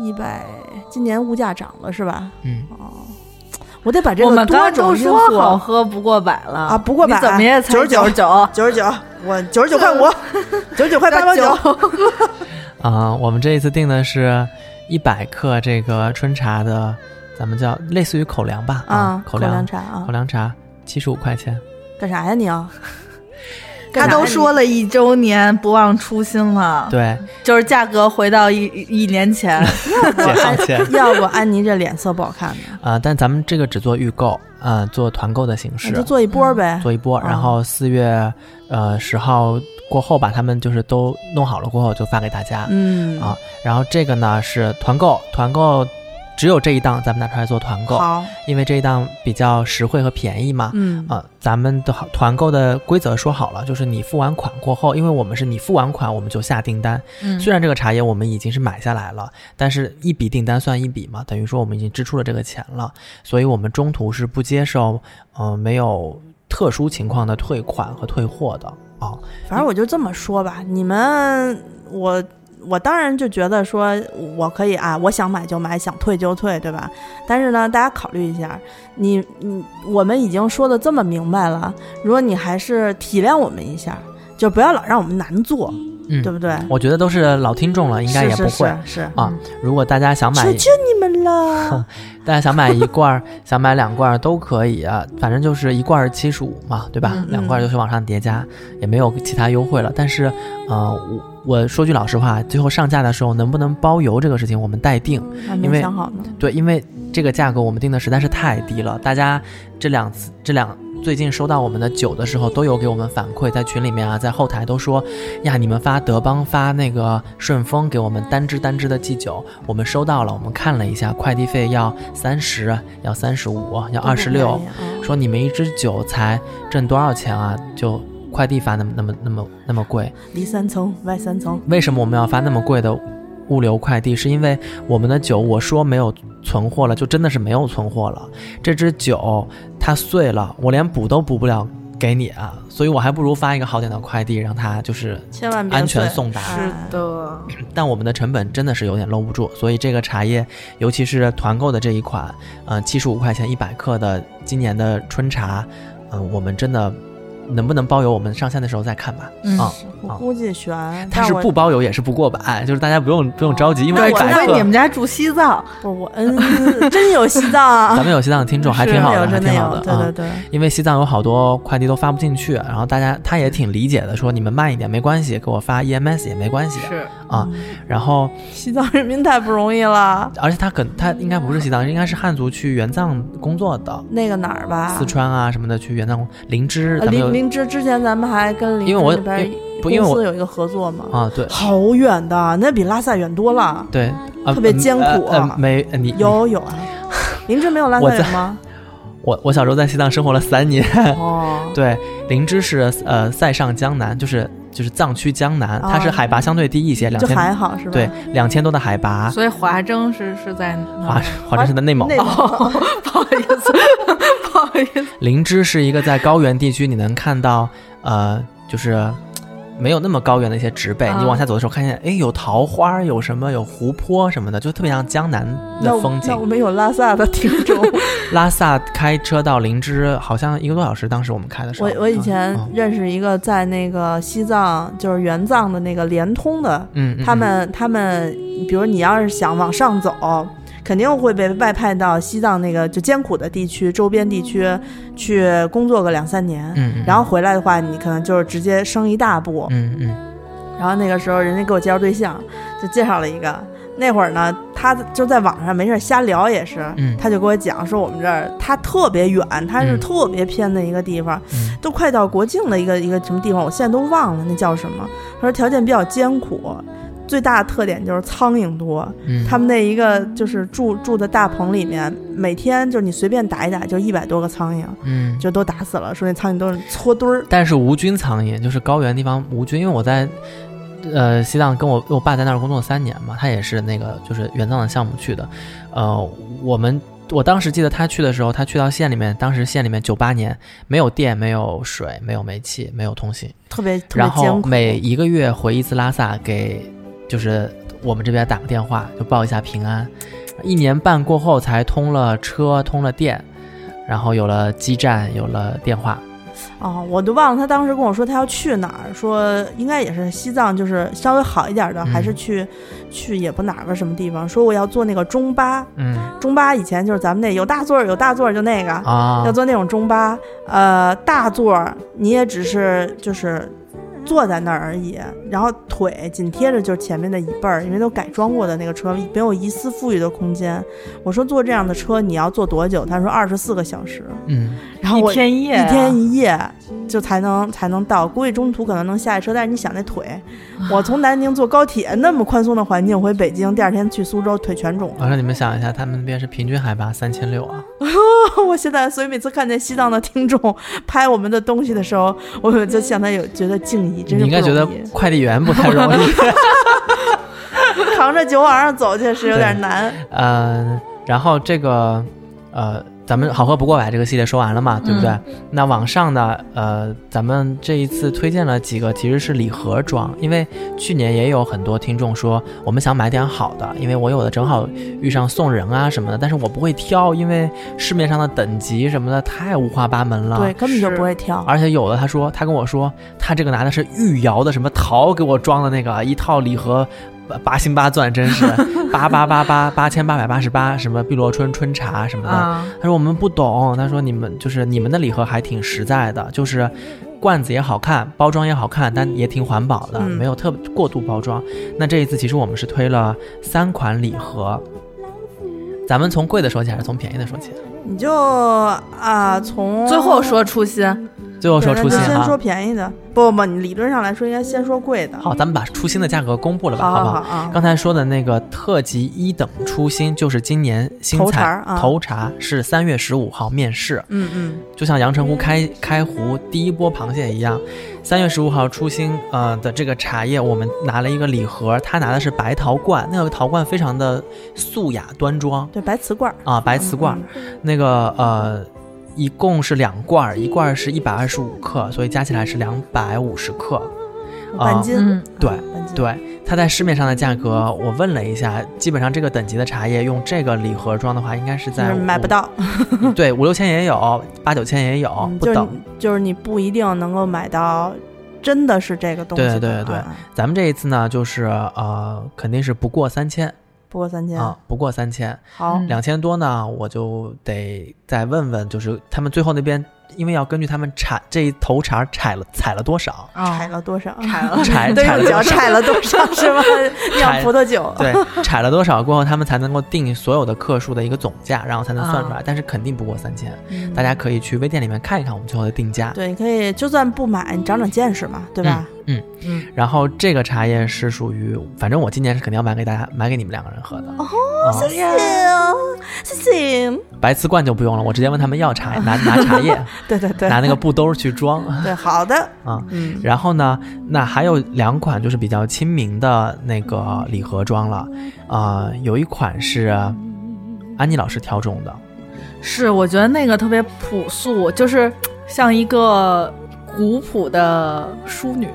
Speaker 1: 一百，今年物价涨了是吧？
Speaker 2: 嗯，
Speaker 1: 哦，我得把这
Speaker 3: 我
Speaker 1: 个
Speaker 3: 们
Speaker 1: 多
Speaker 3: 刚
Speaker 1: 种
Speaker 3: 都
Speaker 1: 因
Speaker 3: 说好
Speaker 1: 素
Speaker 3: 喝不过百了
Speaker 1: 啊不过百
Speaker 3: 你怎么也才
Speaker 1: 99
Speaker 3: 十九，
Speaker 1: 九十九，我九十九块 五，九十九块八 毛九。哦
Speaker 2: 啊、我们这一次定的是一百克这个春茶的，咱们叫类似于口粮吧，
Speaker 1: 啊，
Speaker 2: 口
Speaker 1: 粮
Speaker 2: 粮，
Speaker 1: 茶啊
Speaker 2: 口，粮茶七十五块钱。
Speaker 1: 干啥呀你啊？
Speaker 3: 他都说了一周年不忘初心
Speaker 1: 哦
Speaker 3: 了，
Speaker 2: 对，
Speaker 3: 就是价格回到一一一 年前，
Speaker 2: 解 放前
Speaker 1: 要不安妮这脸色不好看 呢，
Speaker 2: 啊、但咱们这个只做预购，啊、做团购的形
Speaker 1: 那
Speaker 3: 啊
Speaker 2: 式
Speaker 1: 哦就，做一
Speaker 3: 嗯
Speaker 1: 波呗。
Speaker 2: 做一波，
Speaker 1: 哦
Speaker 2: 然后四月呃十号过后把他们就是都弄好了过后就发给大家。
Speaker 1: 嗯
Speaker 2: 啊然后这个呢是团购，团购只有这一档咱们拿出来做团购，
Speaker 1: 好，
Speaker 2: 因为这一档比较实惠和便宜嘛。
Speaker 1: 嗯
Speaker 2: 啊，咱们的好团购的规则说好了，就是你付完款过后，因为我们是你付完款我们就下订单。
Speaker 3: 嗯
Speaker 2: 虽然这个茶叶我们已经是买下来了，但是一笔订单算一笔嘛，等于说我们已经支出了这个钱了，所以我们中途是不接受，呃，没有特殊情况的退款和退货的啊。
Speaker 1: 反正我就这么说吧，你们我。我当然就觉得说，我可以啊，我想买就买，想退就退，对吧？但是呢，大家考虑一下，你你我们已经说的这么明白了，如果你还是体谅我们一下，就不要老让我们难做，
Speaker 2: 嗯，
Speaker 1: 对不对？
Speaker 2: 我觉得都是老听众了，应该也不会。
Speaker 1: 是嗯是是是
Speaker 2: 啊，如果大家想买，
Speaker 1: 求求你们 了，
Speaker 2: 大家想买一罐儿，想买两罐儿都可以啊，反正就是一罐儿七十五嘛，对吧？
Speaker 1: 嗯嗯
Speaker 2: 两罐儿就是往上叠加，也没有其他优惠了。但是，呃，我我说句老实话，最后上架的时候能不能包邮这个事情，我们待定。
Speaker 1: 还
Speaker 2: 因为
Speaker 1: 没想好呢。
Speaker 2: 对，因为这个价格我们定的实在是太低了，大家这两次这两最近收到我们的酒的时候，都有给我们反馈，在群里面啊，在后台都说呀，你们发德邦发那个顺丰给我们单支单支的寄酒，我们收到了，我们看了一下，快递费要三十，要三十五，要二十六，
Speaker 1: 嗯
Speaker 2: 说你们一支酒才挣多少钱啊？就快递发那么那么那么那么贵，
Speaker 1: 里三层外三层，
Speaker 2: 为什么我们要发那么贵的物流快递？是因为我们的酒，我说没有存货了，就真的是没有存货了。这支酒它碎了，我连补都补不了给你啊，所以我还不如发一个好点的快递，让它就是。
Speaker 1: 千万别
Speaker 2: 安全
Speaker 1: 碎
Speaker 2: 送达
Speaker 1: 哎
Speaker 3: 是的，
Speaker 2: 但我们的成本真的是有点搂不住，所以这个茶叶，尤其是团购的这一款，呃，七十五块钱一百克的今年的春茶，嗯、我们真的能不能包邮？我们上线的时候再看吧。
Speaker 3: 嗯
Speaker 2: 啊，
Speaker 1: 我估计悬，
Speaker 2: 它
Speaker 1: 但
Speaker 2: 是
Speaker 1: 我
Speaker 2: 不包邮也是不过百，就是大家不用不用着急，因
Speaker 1: 那
Speaker 2: 为
Speaker 3: 对，
Speaker 2: 一
Speaker 3: 除
Speaker 1: 我
Speaker 2: 百
Speaker 1: 那
Speaker 2: 克
Speaker 3: 非你们家住西藏，
Speaker 1: 不是我，嗯，真有西藏 啊，
Speaker 2: 咱们有西藏的 听众还挺好的，还
Speaker 1: 真的
Speaker 2: 挺
Speaker 1: 有
Speaker 2: 好，
Speaker 1: 真的有
Speaker 2: 啊
Speaker 1: 对对。对，
Speaker 2: 因为西藏有好多快递都发不进去，然后大家他也挺理解的，说你们慢一点没关系，给我发 EMS 也没关系
Speaker 3: 是
Speaker 2: 啊。然后，
Speaker 1: 西藏人民太不容易了。
Speaker 2: 而且他可他应该不是西藏，应该是汉族去援藏工作的，
Speaker 1: 那个哪儿吧，
Speaker 2: 四川啊什么的去援藏工。灵芝，
Speaker 1: 呃。
Speaker 2: 咱们
Speaker 1: 林
Speaker 2: 有
Speaker 1: 林芝之前咱们还跟林
Speaker 2: 因为我
Speaker 1: 芝那边
Speaker 2: 不因为
Speaker 1: 公
Speaker 2: 我
Speaker 1: 司有一个合作嘛，
Speaker 2: 啊对
Speaker 1: 好远的，那比拉萨远多了，
Speaker 2: 对，啊
Speaker 1: 特别艰苦
Speaker 2: 呃
Speaker 1: 啊
Speaker 2: 呃没呃你你
Speaker 1: 有有 啊，林芝没有拉萨
Speaker 2: 我在
Speaker 1: 远 吗？
Speaker 2: 我我小时候在西藏生活了三年，
Speaker 1: 哦，
Speaker 2: 对，灵芝是呃塞上江南，就是就是藏区江南，它是
Speaker 1: 啊
Speaker 2: 海拔相对低一些，两
Speaker 1: 就
Speaker 2: 千
Speaker 1: 还好是吧？
Speaker 2: 对，两千多的海拔，
Speaker 3: 所以华筝是是在哪
Speaker 2: 华华
Speaker 1: 华
Speaker 2: 盛顿的内蒙
Speaker 1: 内。蒙
Speaker 3: 不好意思，不好意思，
Speaker 2: 灵芝是一个在高原地区你能看到，呃，就是嘖没有那么高原的一些植被。
Speaker 1: 嗯
Speaker 3: 啊
Speaker 2: 你往下走的时候，看见哎有桃花，有什么有湖泊什么的，就特别像江南
Speaker 1: 那
Speaker 2: 的
Speaker 1: 我
Speaker 2: 风
Speaker 1: 那我
Speaker 2: 景。
Speaker 1: 们有拉萨的听 众，
Speaker 2: 拉萨开车到灵芝好像一个多小时，当时我们开的时候
Speaker 1: 我。我以前
Speaker 2: 嗯
Speaker 1: 认识一个在那个西藏，就是援藏的那个联通的，
Speaker 2: 嗯，嗯
Speaker 1: 他们他们，比如你要是想往上走，肯定会被外派到西藏那个就艰苦的地区、周边地区去工作个两三年，
Speaker 2: 嗯，嗯
Speaker 1: 然后回来的话，你可能就是直接升一大步。
Speaker 2: 嗯嗯
Speaker 1: 然后那个时候，人家给我介绍对象，就介绍了一个。那会儿呢，他就在网上没事儿瞎聊，也是，
Speaker 2: 嗯
Speaker 1: 他就跟我讲说我们这儿他特别远，他是
Speaker 2: 嗯
Speaker 1: 特别偏的一个地方，
Speaker 2: 嗯
Speaker 1: 都快到国境的一个一个什么地方，我现在都忘了那叫什么。他说条件比较艰苦，最大的特点就是苍蝇多。
Speaker 2: 嗯，
Speaker 1: 他们那一个就是住住的大棚里面，每天就是你随便打一打，就一百多个苍蝇，
Speaker 2: 嗯。
Speaker 1: 就都打死了。说那苍蝇都是搓堆儿，
Speaker 2: 但是无菌苍蝇就是高原地方无菌，因为我在呃，西藏跟我我爸在那儿工作三年嘛，他也是那个就是援藏的项目去的。呃，我们我当时记得他去的时候，他去到县里面，当时县里面九八年没有电、没有水、没有煤气、没有通信，
Speaker 1: 特别特别
Speaker 2: 然后
Speaker 1: 艰苦。
Speaker 2: 每一个月回一次拉萨给，就是我们这边打个电话，就报一下平安。一年半过后才通了车，通了电，然后有了基站，有了电话。
Speaker 1: 哦，我都忘了他当时跟我说他要去哪儿，说应该也是西藏，就是稍微好一点的，
Speaker 2: 嗯
Speaker 1: 还是去去也不哪个什么地方，说我要坐那个中巴，
Speaker 2: 嗯
Speaker 1: 中巴以前就是咱们那有大座儿有大座儿就那个，
Speaker 2: 啊
Speaker 1: 要，坐那种中巴，呃，大座儿你也只是就是坐在那儿而已，然后腿紧贴着就是前面的椅背儿，因为都改装过的那个车，没有一丝富裕的空间。我说坐这样的车你要坐多久？他说二十四个小时，
Speaker 2: 嗯，
Speaker 1: 然后
Speaker 3: 一
Speaker 1: 我。
Speaker 3: 天一夜啊、
Speaker 1: 一天一夜就才能才能到，估计中途可能能下一车。但是你想那腿，我从南宁坐高铁那么宽松的环境回北京，第二天去苏州腿全肿了。
Speaker 2: 我让你们想一下，他们那边是平均海拔三千六啊，
Speaker 1: 我现在，所以每次看见西藏的听众拍我们的东西的时候，我们就向他有觉得敬意，真
Speaker 2: 你
Speaker 1: 是
Speaker 2: 应该
Speaker 1: 不
Speaker 2: 觉得
Speaker 1: 容易
Speaker 2: 快递员不太容 易。
Speaker 1: 扛着酒往上走确实有点难。
Speaker 2: 嗯，然后这个呃，咱们好喝不过百这个系列说完了嘛，
Speaker 1: 嗯
Speaker 2: 对不对？那往上的呃，咱们这一次推荐了几个其实是礼盒装，因为去年也有很多听众说我们想买点好的，因为我有的正好遇上送人啊什么的，但是我不会挑，因为市面上的等级什么的太五花八门了。
Speaker 1: 对，根本就是不会挑。
Speaker 2: 啊而且有的他说，他跟我说，他这个拿的是御窑的什么陶给我装的那个一套礼盒，八八星八钻，真 是八八八八八千八百八十八，什么碧螺春春茶什么的。
Speaker 1: 嗯
Speaker 3: 啊，
Speaker 2: 他说我们不懂，他说你们就是你们的礼盒还挺实在的，就是罐子也好看，包装也好看，但也挺环保的，
Speaker 1: 嗯
Speaker 2: 没有特过度包装。那这一次其实我们是推了三款礼盒，咱们从贵的说起还是从便宜的说起？
Speaker 1: 你就啊、从
Speaker 3: 最后说初心，
Speaker 1: 嗯
Speaker 2: 最后说啊
Speaker 1: 对
Speaker 2: 初心
Speaker 1: 那就
Speaker 2: 哈、
Speaker 1: 先说便宜的，不不不，你理论上来说应该先说贵的。
Speaker 2: 好，咱们把初心的价格公布了吧，
Speaker 1: 好
Speaker 2: 不好？
Speaker 1: 啊，
Speaker 2: 刚才说的那个特级一等初心，就是今年新
Speaker 1: 头茬
Speaker 2: 菜
Speaker 1: 儿啊
Speaker 2: 头茶是三月十五号面世，
Speaker 1: 嗯嗯，
Speaker 2: 就像阳澄湖开开湖第一波螃蟹一样，三月十五号初心呃的这个茶叶，我们拿了一个礼盒，他拿的是白陶罐，那个陶罐非常的素雅端庄
Speaker 1: 对，白瓷罐儿，
Speaker 2: 啊，白瓷罐儿，
Speaker 1: 嗯
Speaker 2: 那个呃。一共是两罐儿，一罐儿是一百二十五克，所以加起来是两百五十克。
Speaker 1: 嗯半斤，
Speaker 3: 嗯
Speaker 2: 对
Speaker 1: 啊半斤，
Speaker 2: 对，它在市面上的价格，我问了一下，基本上这个等级的茶叶用这个礼盒装的话，应该是
Speaker 1: 就
Speaker 2: 在
Speaker 1: 是嗯买不，到，
Speaker 2: 五对，五六千也有，八九千也有，
Speaker 1: 嗯
Speaker 2: 不
Speaker 1: 就是
Speaker 2: 等。
Speaker 1: 你就是你不一定能够买到，真的是这个东西的
Speaker 2: 对对对
Speaker 1: 啊
Speaker 2: 咱们这一次呢，就是呃，肯定是不过三千
Speaker 1: 不过三千，
Speaker 2: 啊，不过三千，
Speaker 1: 好，
Speaker 3: 嗯
Speaker 2: 两千多呢，我就得再问问，就是他们最后那边，因为要根据他们产这一头茬采了采了多少，
Speaker 1: 踩哦
Speaker 3: 啊，
Speaker 1: 了多 少？
Speaker 3: 踩了，
Speaker 2: 采
Speaker 1: 哦都
Speaker 2: 采了
Speaker 1: 用
Speaker 2: 多
Speaker 1: 脚
Speaker 2: 少。
Speaker 1: 踩了多少是 吧？酿葡萄酒，
Speaker 2: 对，采了多少过后，他们才能够定所有的克数的一个总价，然后才能算出来，但是肯定不过三千。
Speaker 1: 啊嗯
Speaker 2: 大家可以去微店里面看一看我们最后的定价。
Speaker 1: 啊对，你可以就算不买，你长长见识嘛，对吧？
Speaker 3: 嗯，
Speaker 2: 然后这个茶叶是属于，反正我今年是肯定要买给大家，买给你们两个人喝的。哦
Speaker 1: 谢谢哦，谢谢。
Speaker 2: 白瓷罐就不用了，我直接问他们要茶，拿拿茶叶，
Speaker 1: 对对 对，
Speaker 2: 拿那个布兜儿去装。
Speaker 1: 对，好的，
Speaker 2: 啊
Speaker 1: 嗯，
Speaker 2: 然后呢，那还有两款就是比较亲民的那个礼盒装了，啊、有一款是安妮老师挑中的，
Speaker 1: 嗯
Speaker 3: 是，我觉得那个特别朴素，就是像一个古朴的淑女，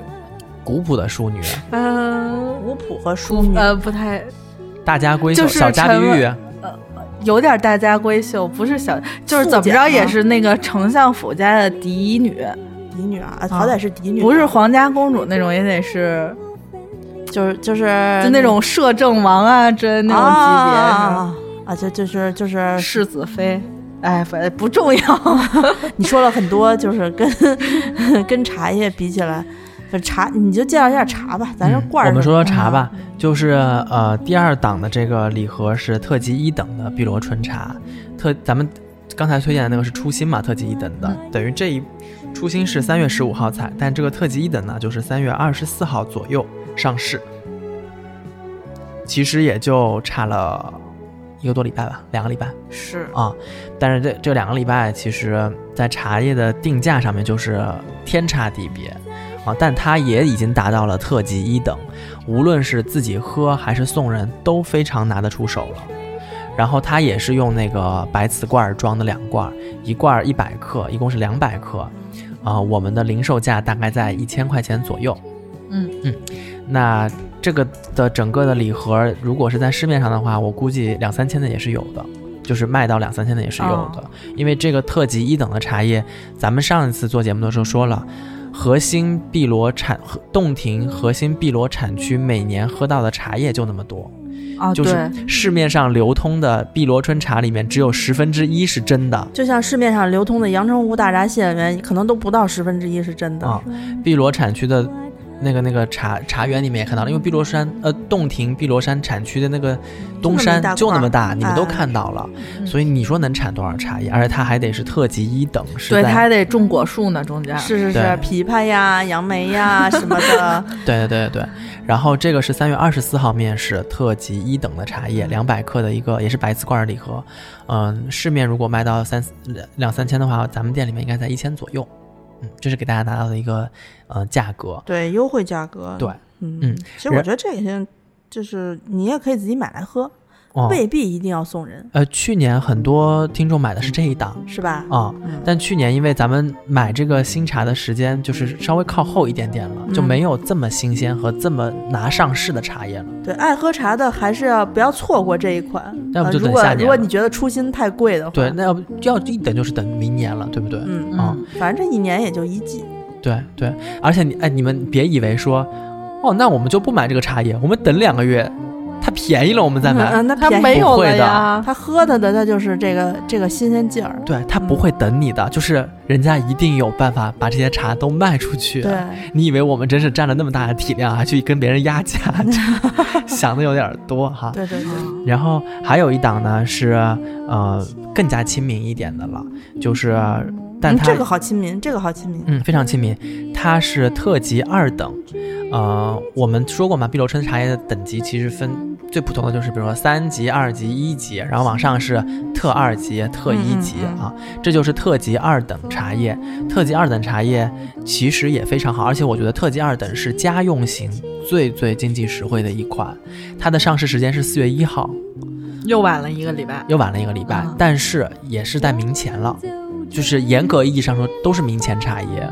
Speaker 2: 古朴的淑女，
Speaker 3: 嗯、
Speaker 1: 古朴和呃淑女，
Speaker 3: 呃，不太
Speaker 2: 大家闺秀，
Speaker 3: 就是
Speaker 2: 小家碧
Speaker 3: 沉
Speaker 2: 玉啊
Speaker 3: 稳，有点大家闺秀，不是小，就是
Speaker 1: 富
Speaker 3: 怎么
Speaker 1: 家啊
Speaker 3: 着也是那个丞相府家的嫡女，
Speaker 1: 嫡女啊，好歹是嫡女，
Speaker 3: 不是皇家公主那种，也得是
Speaker 1: 就是就是
Speaker 3: 就那种摄政王啊之类那种级
Speaker 1: 啊啊，就就是就是
Speaker 3: 别，是世子妃。哎，反正不重要，
Speaker 1: 你说了很多，就是跟跟茶叶比起来，就茶你就介绍一下茶吧，咱这
Speaker 2: 嗯
Speaker 1: 罐儿
Speaker 2: 我们
Speaker 1: 是啊
Speaker 2: 说说茶吧，就是呃，第二档的这个礼盒是特级一等的碧螺春茶，特咱们刚才推荐的那个是初心嘛，特级一等的，等于这一初心是三月十五号采，但这个特级一等呢，就是三月二十四号左右上市，其实也就差了一个多礼拜吧，两个礼拜
Speaker 3: 是
Speaker 2: 啊，但是这这两个礼拜，其实在茶叶的定价上面就是天差地别。啊，但它也已经达到了特级一等，无论是自己喝还是送人都非常拿得出手了。然后它也是用那个白瓷罐儿装的两罐儿，一罐儿一百克，一共是两百克，啊、我们的零售价大概在一千块钱左右。
Speaker 3: 嗯
Speaker 2: 嗯，那这个的整个的礼盒，如果是在市面上的话，我估计两三千的也是有的，就是卖到两三千的也是有的。
Speaker 3: 哦
Speaker 2: 因为这个特级一等的茶叶，咱们上一次做节目的时候说了，核心碧螺产和洞庭核心碧螺产区每年喝到的茶叶就那么多，
Speaker 3: 啊，
Speaker 2: 就
Speaker 3: 对
Speaker 2: 是，市面上流通的碧螺春茶里面只有十分之一是真的。
Speaker 1: 就像市面上流通的阳澄湖大闸蟹里面，可能都不到十分之一是真的。
Speaker 2: 啊碧螺产区的那个那个茶茶园里面也看到了，因为碧螺山呃洞庭碧螺山产区的那个东山就
Speaker 1: 就
Speaker 2: 那
Speaker 1: 那么
Speaker 2: 么
Speaker 1: 一大
Speaker 2: 大，
Speaker 1: 块儿
Speaker 2: 你们都看到了，所以你说能产多少茶叶？而且它还得是特级一等，是
Speaker 3: 对，
Speaker 2: 在
Speaker 3: 它还得种果树呢，中间
Speaker 1: 是是是
Speaker 2: 对，
Speaker 1: 枇杷呀、杨梅呀什么的，
Speaker 2: 对对对对对。然后这个是三月二十四号面世特级一等的茶叶，两百克的一个也是白瓷罐儿礼盒，嗯，市面如果卖到三两两三千的话，咱们店里面应该在一千左右，嗯，这是给大家拿到的一个呃价格，
Speaker 1: 对，优惠价格。
Speaker 2: 对，
Speaker 1: 嗯
Speaker 2: 嗯
Speaker 1: 其实我觉得这些就是你也可以自己买来喝，
Speaker 2: 哦。
Speaker 1: 未必一定要送人，
Speaker 2: 呃，去年很多听众买的是这一档，
Speaker 1: 是吧？
Speaker 2: 啊、
Speaker 1: 嗯
Speaker 2: 但去年因为咱们买这个新茶的时间就是稍微靠后一点点了，就
Speaker 1: 嗯
Speaker 2: 没有这么新鲜和这么拿上市的茶叶了。
Speaker 1: 对，爱喝茶的还是要不要错过这一款。
Speaker 2: 要不
Speaker 1: 呃
Speaker 2: 就
Speaker 1: 如
Speaker 2: 等
Speaker 1: 果
Speaker 2: 下年
Speaker 1: 如果
Speaker 2: 了
Speaker 1: 你觉得初心太贵的话，
Speaker 2: 对，那要不要一等就是等明年了，对不对？
Speaker 1: 嗯，
Speaker 2: 啊
Speaker 3: 嗯，
Speaker 1: 反正这一年也就一季。
Speaker 2: 对对，而且你哎，你们别以为说，哦，那我们就不买这个茶叶，我们等两个月，它便宜了我们再买。
Speaker 1: 嗯，那
Speaker 3: 它
Speaker 1: 便宜
Speaker 3: 没有
Speaker 2: 不会
Speaker 3: 了
Speaker 2: 的
Speaker 3: 呀。
Speaker 1: 他喝的的，他就是这个这个新鲜劲儿。
Speaker 2: 对，它不会等你的，就是人家一定有办法把这些茶都卖出去。
Speaker 1: 对，
Speaker 2: 你以为我们真是占了那么大的体量，还 去跟别人压价， 想的有点多哈。
Speaker 1: 对对对，
Speaker 2: 然后还有一档呢是呃更加亲民一点的了，就是但
Speaker 1: 嗯
Speaker 2: 它
Speaker 1: 这个好亲民，这个好亲民。
Speaker 2: 嗯非常亲民，它是特级二等。呃，我们说过嘛，碧螺春茶叶的等级其实分最普通的就是，比如说三级、二级、一级，然后往上是特二级、特一级
Speaker 1: 嗯嗯嗯
Speaker 2: 啊，这就是特级二等茶叶。特级二等茶叶其实也非常好，而且我觉得特级二等是家用型最最经济实惠的一款，它的上市时间是四月一号，
Speaker 3: 又晚了一个礼拜。
Speaker 2: 又晚了一个礼拜，
Speaker 3: 嗯
Speaker 2: 但是也是在明前了，就是严格意义上说都是明前茶叶，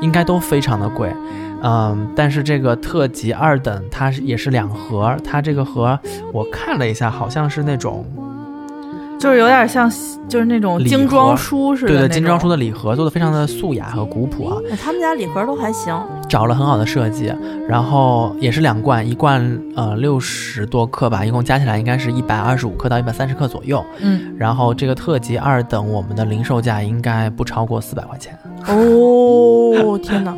Speaker 2: 应该都非常的贵。嗯，但是这个特级二等它是也是两盒，它这个盒我看了一下，好像是那种
Speaker 3: 就是有点像，就是那种
Speaker 2: 礼盒
Speaker 3: 精装书似的
Speaker 2: 对
Speaker 3: 那种，
Speaker 2: 对精装书的礼盒，做的非常的素雅和古朴啊，
Speaker 1: 哎他们家礼盒都还行，
Speaker 2: 找了很好的设计，然后也是两罐，一罐呃六十多克吧，一共加起来应该是一百二十五克到一百三十克左右。
Speaker 3: 嗯，
Speaker 2: 然后这个特级二等，我们的零售价应该不超过四百块钱。
Speaker 1: 哦，天哪！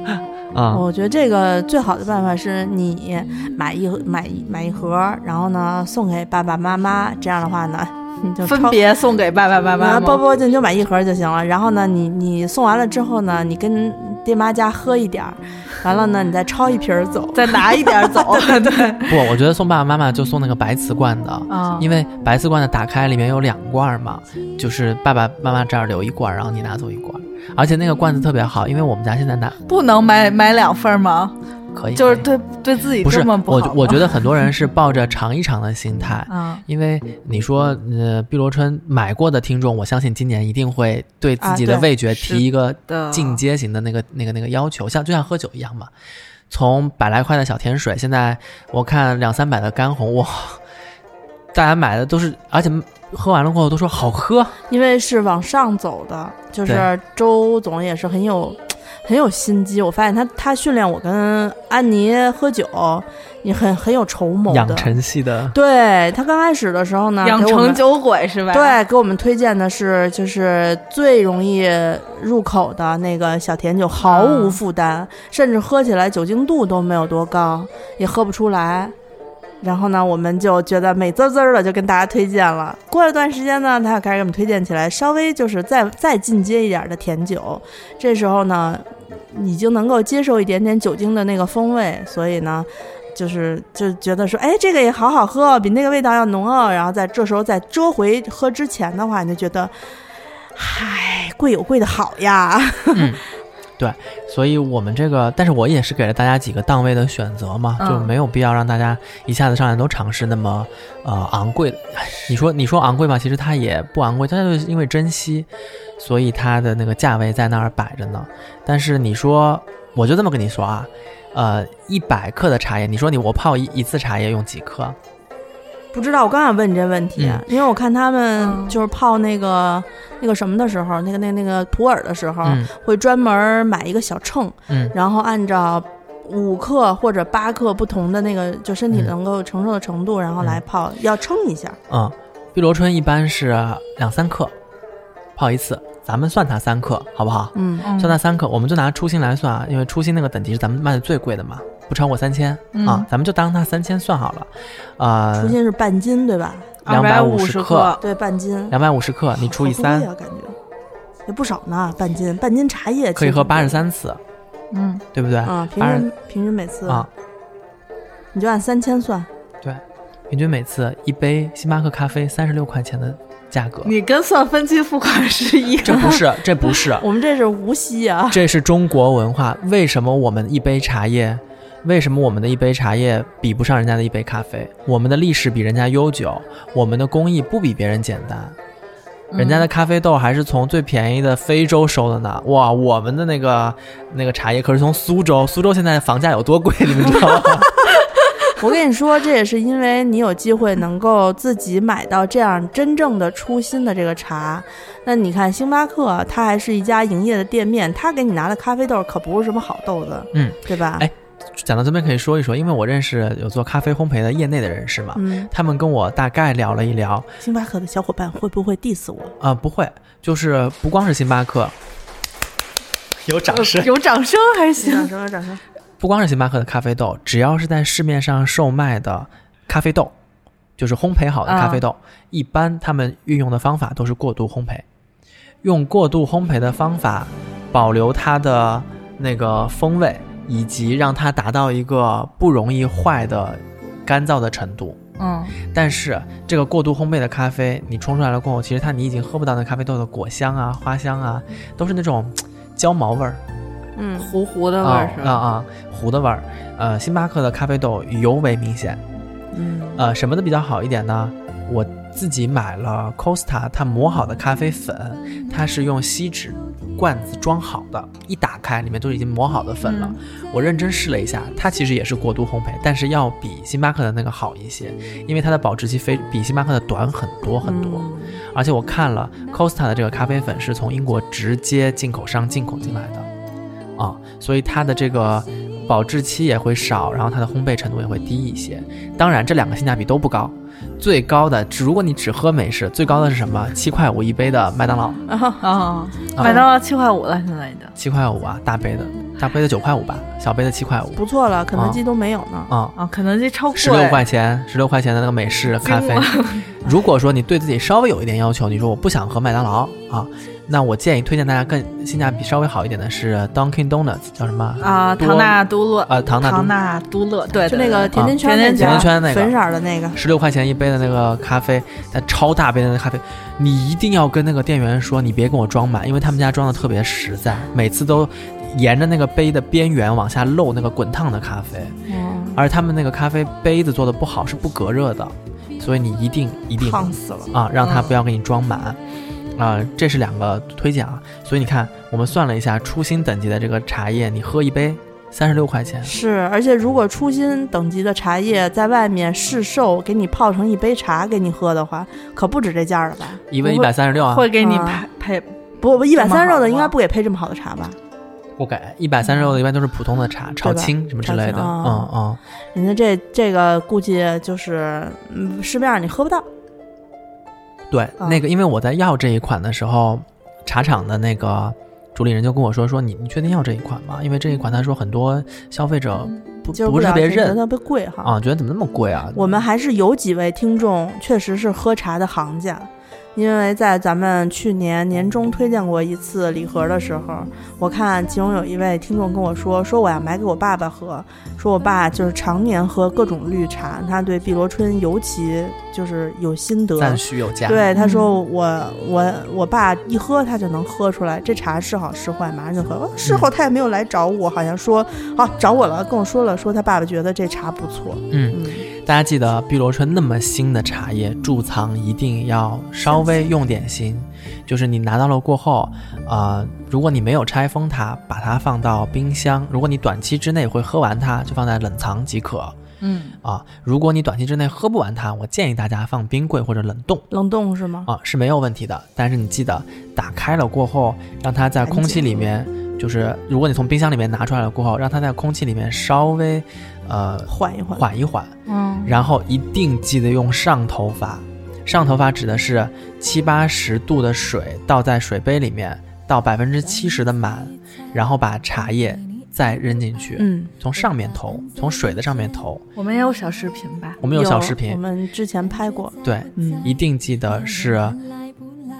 Speaker 2: 啊、
Speaker 3: 哦
Speaker 1: 我觉得这个最好的办法是你买一买一买一盒，然然后呢送给爸爸妈妈。这样的话呢， 你就
Speaker 3: 分
Speaker 1: 超。
Speaker 3: 别送给爸爸妈妈
Speaker 1: 啊，
Speaker 3: 吗
Speaker 1: 不不，就你就买一盒就行了。然后呢，你你送完了之后呢，你跟爹妈家喝一点儿，完了呢，你再抄一瓶儿 走。
Speaker 3: 再拿一点走，对对
Speaker 2: 不，我觉得送爸爸妈妈就送那个白瓷罐的，
Speaker 3: 啊，
Speaker 2: 因为白瓷罐的打开里面有两罐儿嘛，就是爸爸妈妈这儿留一罐儿，然后你拿走一罐儿。而且那个罐子特别好，因为我们家现在拿
Speaker 3: 不能买买两份吗？
Speaker 2: 可以，
Speaker 3: 就是
Speaker 2: 可以
Speaker 3: 对对自己
Speaker 2: 不是
Speaker 3: 这么好
Speaker 2: 我
Speaker 3: 吗
Speaker 2: 我觉得很多人是抱着尝一尝的心态，
Speaker 3: 啊，
Speaker 2: 因为你说，呃，碧螺春买过的听众，我相信今年一定会对自己的
Speaker 1: 啊对
Speaker 2: 味觉提一个
Speaker 3: 的
Speaker 2: 进阶型的那个、那个、那个要求，像就像喝酒一样嘛。从百来块的小甜水，现在我看两三百的干红，哇，大家买的都是，而且喝完了过后都说好喝，
Speaker 1: 因为是往上走的，就是
Speaker 3: 嗯
Speaker 1: 周总也是很有很有心机。我发现他他训练我跟安妮喝酒，也很很有筹谋
Speaker 2: 养
Speaker 1: 的。
Speaker 2: 成系的，
Speaker 1: 对他刚开始的时候呢，
Speaker 2: 啊
Speaker 3: 养
Speaker 1: 给我
Speaker 3: 成
Speaker 1: 们
Speaker 3: 酒鬼是吧？，
Speaker 1: 对给我们推荐的是就是最容易入口的那个小甜酒，毫无负担，甚至喝起来酒精度都没有多高，也喝不出来。然后呢，我们就觉得美滋滋儿的，就跟大家推荐了。过了段时间呢，他又开始给我们推荐起来，稍微就是再再进阶一点的甜酒。这时候呢，已经能够接受一点点酒精的那个风味，所以呢，就是就觉得说，哎，这个也好好喝，比那个味道要浓哦。然后在这时候再折回喝 之前的话，你就觉得，唉，贵有贵的好呀。
Speaker 2: 所以我们这个，但是我也是给了大家几个档位的选择嘛，
Speaker 3: 嗯
Speaker 2: 就没有必要让大家一下子上来都尝试那么呃昂贵的。唉你说你说昂贵吧，其实它也不昂贵，它就是因为珍惜，所以它的那个价位在那儿摆着呢。但是你说，我就这么跟你说啊，呃，一百克的茶叶，你说你我泡一一次茶叶用几克？
Speaker 1: 不知道，我刚想问你这问题，
Speaker 2: 嗯
Speaker 1: 因为我看他们
Speaker 3: 嗯
Speaker 1: 就是泡那个、那个什么的时候，那个那那个普洱的时候，
Speaker 2: 嗯
Speaker 1: 会专门买一个小秤，
Speaker 2: 嗯
Speaker 1: 然后按照五克或者八克不同的那个就身体
Speaker 2: 嗯
Speaker 1: 能够承受的程度，然后来泡，要称一下。
Speaker 2: 嗯，碧螺春一般是两三克泡一次，咱们算它三克，好不好？
Speaker 1: 嗯
Speaker 3: 嗯
Speaker 2: 算它三克，我们就拿初心来算啊，因为初心那个等级是咱们卖的最贵的嘛，不超过三千、啊
Speaker 3: 嗯，
Speaker 2: 咱们就当它三千算好了。啊
Speaker 1: 初，心嗯是半斤对吧？
Speaker 2: 两百五
Speaker 3: 250
Speaker 2: 克，
Speaker 1: 对，半斤。
Speaker 2: 两百五十克，你除以
Speaker 1: 好贵
Speaker 2: 三，
Speaker 1: 啊，感觉也不少呢，半斤半斤茶叶
Speaker 2: 可以喝八十三次，
Speaker 3: 嗯，
Speaker 2: 对不对？
Speaker 1: 啊，平
Speaker 2: 八
Speaker 1: 均平均每次
Speaker 2: 啊，
Speaker 1: 你就按三千算，
Speaker 2: 平均每次一杯星巴克咖啡三十六块钱的价格，
Speaker 3: 你跟算分期付款是一
Speaker 2: 这
Speaker 3: 样。
Speaker 2: 不是，这不是，
Speaker 1: 我们这是无锡啊，
Speaker 2: 这是中国文化。为什么我们一杯茶叶，为什么我们的一杯茶叶比不上人家的一杯咖啡？我们的历史比人家悠久，我们的工艺不比别人简单。 人家的
Speaker 3: 嗯
Speaker 2: 咖啡豆还是从最便宜的非洲收的呢，哇，我们的那个那个茶叶可是从苏州，苏州现在房价有多贵，你们知道吗？
Speaker 1: 我跟你说，这也是因为你有机会能够自己买到这样真正的初心的这个茶。那你看，星巴克它还是一家营业的店面，它给你拿的咖啡豆可不是什么好豆子，
Speaker 2: 嗯，
Speaker 1: 对吧？
Speaker 2: 哎讲到这边可以说一说，因为我认识有做咖啡烘焙的业内的人士嘛，
Speaker 1: 嗯，
Speaker 2: 他们跟我大概聊了一聊，啊、
Speaker 1: 星巴克的小伙伴会不会 diss 我？
Speaker 2: 不会，就是不光是星巴克，有掌声，
Speaker 3: 有掌声还
Speaker 1: 有 掌
Speaker 3: 行。
Speaker 1: 声，有掌声！
Speaker 2: 不光是星巴克的咖啡豆，只要是在市面上售卖的咖啡豆，就是烘焙好的咖啡豆，一般他们运用的方法都是过度烘焙，用过度烘焙的方法保留它的那个风味，以及让它达到一个不容易坏的干燥的程度。
Speaker 3: 嗯
Speaker 2: 但是这个过度烘焙的咖啡，你冲出来了过后，其实它你已经喝不到那咖啡豆的果香啊、花香啊，都是那种嘖焦毛味儿。
Speaker 1: 嗯，
Speaker 3: 糊糊的味儿是
Speaker 2: 啊
Speaker 3: 吧？
Speaker 2: 啊，糊的味儿。呃，星巴克的咖啡豆尤为明显。
Speaker 1: 嗯
Speaker 2: 呃，什么的比较好一点呢？我自己买了 Costa，它磨好的咖啡粉，
Speaker 3: 嗯
Speaker 2: 它是用锡纸罐子装好的，一打开里面都已经磨好的粉了。
Speaker 3: 嗯
Speaker 2: 我认真试了一下，它其实也是过度烘焙，但是要比星巴克的那个好一些，因为它的保质期非比星巴克的短很多很多。
Speaker 3: 嗯
Speaker 2: 而且我看了 Costa 的这个咖啡粉是从英国直接进口商进口进来的，啊，所以它的这个保质期也会少，然后它的烘焙程度也会低一些。当然，这两个性价比都不高，最高的只如果你只喝美式，最高的是什么？七块五一杯的麦当劳，
Speaker 1: 然后
Speaker 3: 啊，
Speaker 2: 啊
Speaker 3: 麦当劳七块五了，现在已经。
Speaker 2: 七块五啊，大杯的，大杯的九块五吧，小杯的七块五
Speaker 1: 不错了，肯德基都没有呢。
Speaker 2: 啊。
Speaker 3: 啊，肯德基超贵，
Speaker 2: 十六块钱，十六块钱的那个美式咖啡
Speaker 3: 惊了。
Speaker 2: 如果说你对自己稍微有一点要求，你说我不想喝麦当劳啊，那我建议推荐大家更性价比稍微好一点的是 Dunkin' Donuts，叫什么？
Speaker 3: 啊！
Speaker 2: 多
Speaker 3: 唐纳都乐，
Speaker 2: 呃，唐纳
Speaker 3: 唐
Speaker 2: 多。
Speaker 3: 纳都乐，对，
Speaker 1: 就
Speaker 3: 对
Speaker 1: 那个
Speaker 3: 对
Speaker 1: 甜甜圈
Speaker 3: 啊
Speaker 1: 那家，
Speaker 3: 甜
Speaker 2: 甜圈那个
Speaker 1: 粉色儿的那个，
Speaker 2: 十六块钱一杯的那个咖啡，但超大杯的那个咖啡，你一定要跟那个店员说，你别给我装满，因为他们家装的特别实在，每次都沿着那个杯的边缘往下漏那个滚烫的咖啡。
Speaker 1: 哦
Speaker 2: 而他们那个咖啡杯子做的不好，是不隔热的，所以你一定一定
Speaker 1: 烫死了。
Speaker 2: 啊，让它不要给你装满。啊、这是两个推荐啊，所以你看，我们算了一下，初心等级的这个茶叶，你喝一杯三十六块钱，
Speaker 1: 是，而且如果初心等级的茶叶在外面市售给你泡成一杯茶给你喝的话，可不止这价儿了吧？
Speaker 2: 一位一
Speaker 3: 不会
Speaker 2: 百三十六啊，
Speaker 3: 会给你
Speaker 1: 啊
Speaker 3: 拍配
Speaker 1: 不不，一百三十的应
Speaker 3: 吗
Speaker 1: 该不给配这么好的茶吧？
Speaker 2: 不给一百三十
Speaker 1: 嗯
Speaker 2: 六的，一般都是普通的茶，炒青什么之类的，
Speaker 1: 炒青
Speaker 2: 嗯
Speaker 1: 哦
Speaker 2: 嗯，
Speaker 1: 人家这这个估计就是，嗯，市面上你喝不到。
Speaker 2: 对，
Speaker 1: 哦
Speaker 2: 那个因为我在要这一款的时候，茶厂的那个主理人就跟我说，说你你确定要这一款吗？因为这一款他说很多消费者不
Speaker 1: 嗯就是
Speaker 2: 不是特别
Speaker 1: 觉得
Speaker 2: 认
Speaker 1: 特别贵哈。
Speaker 2: 啊，觉得怎么那么贵啊？
Speaker 1: 我们还是有几位听众确实是喝茶的行家，因为在咱们去年年中推荐过一次礼盒的时候，我看其中有一位听众跟我说，说我要买给我爸爸喝，说我爸就是常年喝各种绿茶，他对碧螺春尤其就是有心得，
Speaker 2: 赞许有加。
Speaker 1: 对，他说
Speaker 3: 嗯
Speaker 1: 我我我爸一喝他就能喝出来这茶是好是坏，马上就喝。哦事后他也没有来找我，好像说好、找我了，跟我说了，说他爸爸觉得这茶不错。
Speaker 2: 嗯，
Speaker 1: 嗯，
Speaker 2: 大家记得碧螺春那么新的茶叶，贮藏一定要稍微用点心，就是你拿到了过后，啊，如果你没有拆封它，把它放到冰箱，如果你短期之内会喝完它，就放在冷藏即可
Speaker 3: 嗯，
Speaker 2: 啊。如果你短期之内喝不完它，我建议大家放冰柜或者冷冻。
Speaker 1: 冷冻是吗？
Speaker 2: 啊是没有问题的，但是你记得打开了过后，让它在空气里面，就是如果你从冰箱里面拿出来了过后，让它在空气里面稍微，呃，
Speaker 1: 缓一缓，
Speaker 2: 缓一缓，
Speaker 3: 嗯，
Speaker 2: 然后一定记得用上头发，上头发指的是七八十度的水倒在水杯里面，到百分之七十的满，然后把茶叶再扔进去，
Speaker 1: 嗯，
Speaker 2: 从上面投，从水的上面投。
Speaker 3: 我们也有小视频吧？
Speaker 2: 我们有小视频
Speaker 1: 我，们之前拍过，
Speaker 2: 对，
Speaker 1: 嗯
Speaker 2: 一定记得是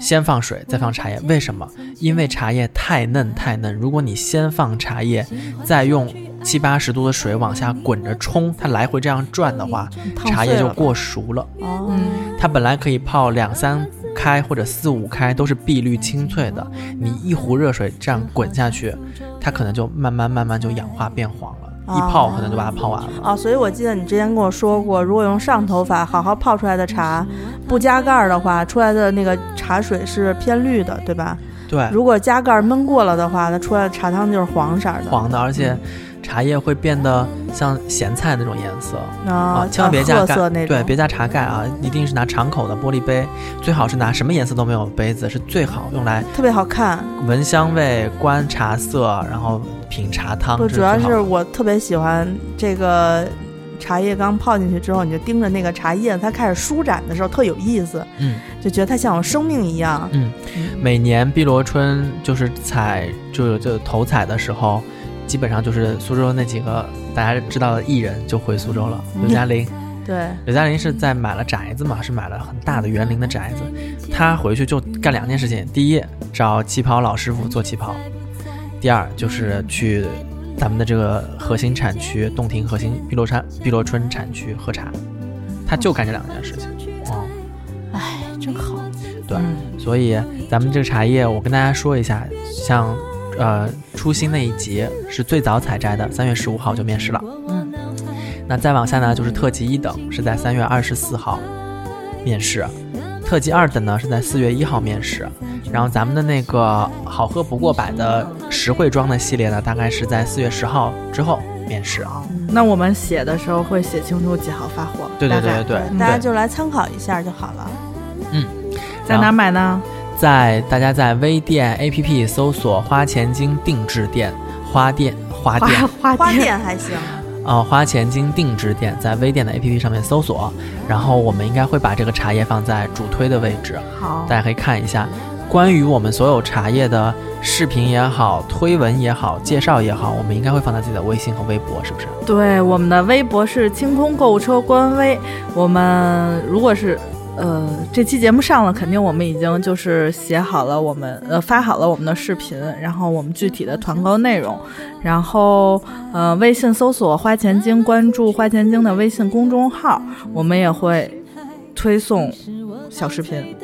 Speaker 2: 先放水，再放茶叶。为什么？因为茶叶太嫩太嫩，如果你先放茶叶，再用七八十度的水往下滚着冲，它来回这样转的话，
Speaker 1: 嗯烫
Speaker 2: 茶
Speaker 1: 碎
Speaker 2: 叶就
Speaker 1: 了
Speaker 2: 过熟了。
Speaker 1: 哦，
Speaker 3: 嗯，
Speaker 2: 它本来可以泡两三开或者四五开，都是碧绿清脆的。你一壶热水这样滚下去，它可能就慢慢慢慢就氧化变黄了，
Speaker 1: 哦
Speaker 2: 一泡可能就把它泡完了。
Speaker 1: 哦，所以我记得你之前跟我说过，如果用上头法好好泡出来的茶，不加盖儿的话，出来的那个茶水是偏绿的，对吧？
Speaker 2: 对，
Speaker 1: 如果加盖儿焖过了的话，那出来的茶汤就是黄色儿的。
Speaker 2: 黄的，而且茶叶会变得像咸菜那种颜色。
Speaker 1: 啊，
Speaker 2: 千万别加
Speaker 1: 褐
Speaker 2: 盖
Speaker 1: 色，那种，
Speaker 2: 对，别加茶盖啊！一定是拿敞口的玻璃杯，最好是拿什么颜色都没有的杯子是最好，用来
Speaker 1: 特别好看。
Speaker 2: 闻香味、观茶色，然后品茶汤。
Speaker 1: 不，
Speaker 2: 这
Speaker 1: 主要
Speaker 2: 最好
Speaker 1: 是
Speaker 2: 的
Speaker 1: 我特别喜欢这个茶叶刚泡进去之后，你就盯着那个茶叶，它开始舒展的时候特有意思，
Speaker 2: 嗯，
Speaker 1: 就觉得它像有生命一样。
Speaker 2: 嗯，每年碧螺春就是采，就就头采的时候，基本上就是苏州那几个大家知道的艺人就回苏州了。刘嘉玲，
Speaker 1: 对，
Speaker 2: 刘嘉玲是在买了宅子嘛，是买了很大的园林的宅子。她回去就干两件事情：第一，找旗袍老师傅做旗袍；第二，就是去咱们的这个核心产区洞庭核心碧螺山碧螺春产区喝茶。她就干这两件事情。哦，
Speaker 1: 哎，真好。
Speaker 2: 对，
Speaker 3: 嗯
Speaker 2: 所以咱们这个茶叶，我跟大家说一下，像呃初心那一集是最早采摘的，三月十五号就面世了。
Speaker 3: 嗯，
Speaker 2: 那再往下呢，就是特级一等是在三月二十四号面世，特级二等呢是在四月一号面世。然后咱们的那个好喝不过百的实惠装的系列呢，大概是在四月十号之后面世。
Speaker 3: 那我们写的时候会写清楚几号发货，
Speaker 2: 对对
Speaker 3: 大概
Speaker 2: 对对对，
Speaker 1: 大家就来参考一下就好了。
Speaker 3: 在哪买呢？
Speaker 2: 在大家在微店 APP 搜索“花钱精定制店”，花店花店
Speaker 3: 花
Speaker 1: 花店还行，
Speaker 2: 呃，花钱精定制店在微店的 APP 上面搜索，然后我们应该会把这个茶叶放在主推的位置，
Speaker 3: 好
Speaker 2: 大，家可以看一下。关于我们所有茶叶的视频也好、推文也好、介绍也好，我们应该会放在自己的微信和微博，是不是？
Speaker 3: 对，我们的微博是清空购物车官微。我们如果是呃这期节目上了，肯定我们已经就是写好了我们呃发好了我们的视频，然后我们具体的团购内容，然后呃微信搜索“花钱精”，关注“花钱精”的微信公众号，我们也会推送小视频，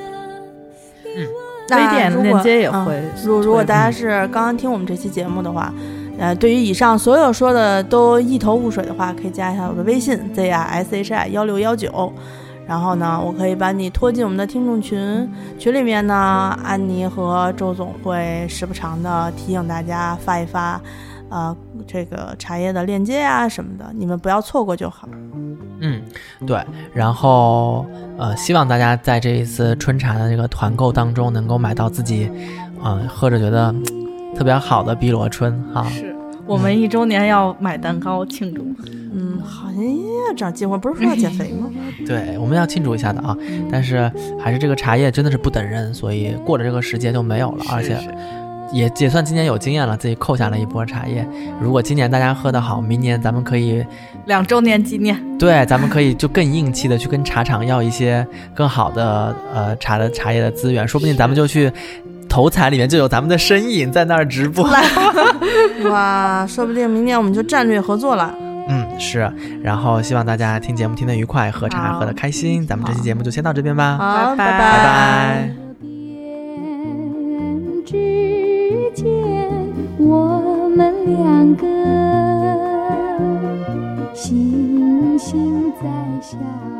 Speaker 3: 微
Speaker 1: 那
Speaker 3: 店
Speaker 1: 如
Speaker 3: 链
Speaker 1: 果
Speaker 3: 接也
Speaker 1: 嗯
Speaker 3: 会。
Speaker 1: 如如果大家
Speaker 2: 嗯
Speaker 1: 是刚刚听我们这期节目的话，呃，对于以上所有说的都一头雾水的话，可以加一下我的微信 z i s h i 幺六幺九。然后呢，我可以把你拖进我们的听众群，群里面呢，安妮和周总会时不常的提醒大家发一发，呃，这个茶叶的链接啊什么的，你们不要错过就好。
Speaker 2: 嗯，对。然后呃，希望大家在这一次春茶的这个团购当中，能够买到自己，嗯、喝着觉得嗯特别好的碧螺春哈。
Speaker 3: 是我们一周年要买蛋糕庆祝。
Speaker 1: 嗯，好像要长进化，不是说要减肥 吗？
Speaker 2: 对，我们要庆祝一下的啊！但是还是这个茶叶真的是不等人，所以过了这个时节就没有了，而且也也算今年有经验了，自己扣下了一波茶叶。如果今年大家喝得好，明年咱们可以
Speaker 3: 两周年纪念，
Speaker 2: 对，咱们可以就更硬气的去跟茶厂要一些更好的呃茶的茶叶的资源，说不定咱们就去头彩里面就有咱们的身影在那儿直播。
Speaker 1: 哇，说不定明年我们就战略合作了。
Speaker 2: 嗯，是。然后希望大家听节目听得愉快，喝茶
Speaker 3: 好
Speaker 2: 喝得开心。咱们这期节目就先到这边吧，
Speaker 1: 好，
Speaker 3: 拜拜
Speaker 1: 拜
Speaker 2: 拜拜。
Speaker 4: 变之间，我们两个心心在相。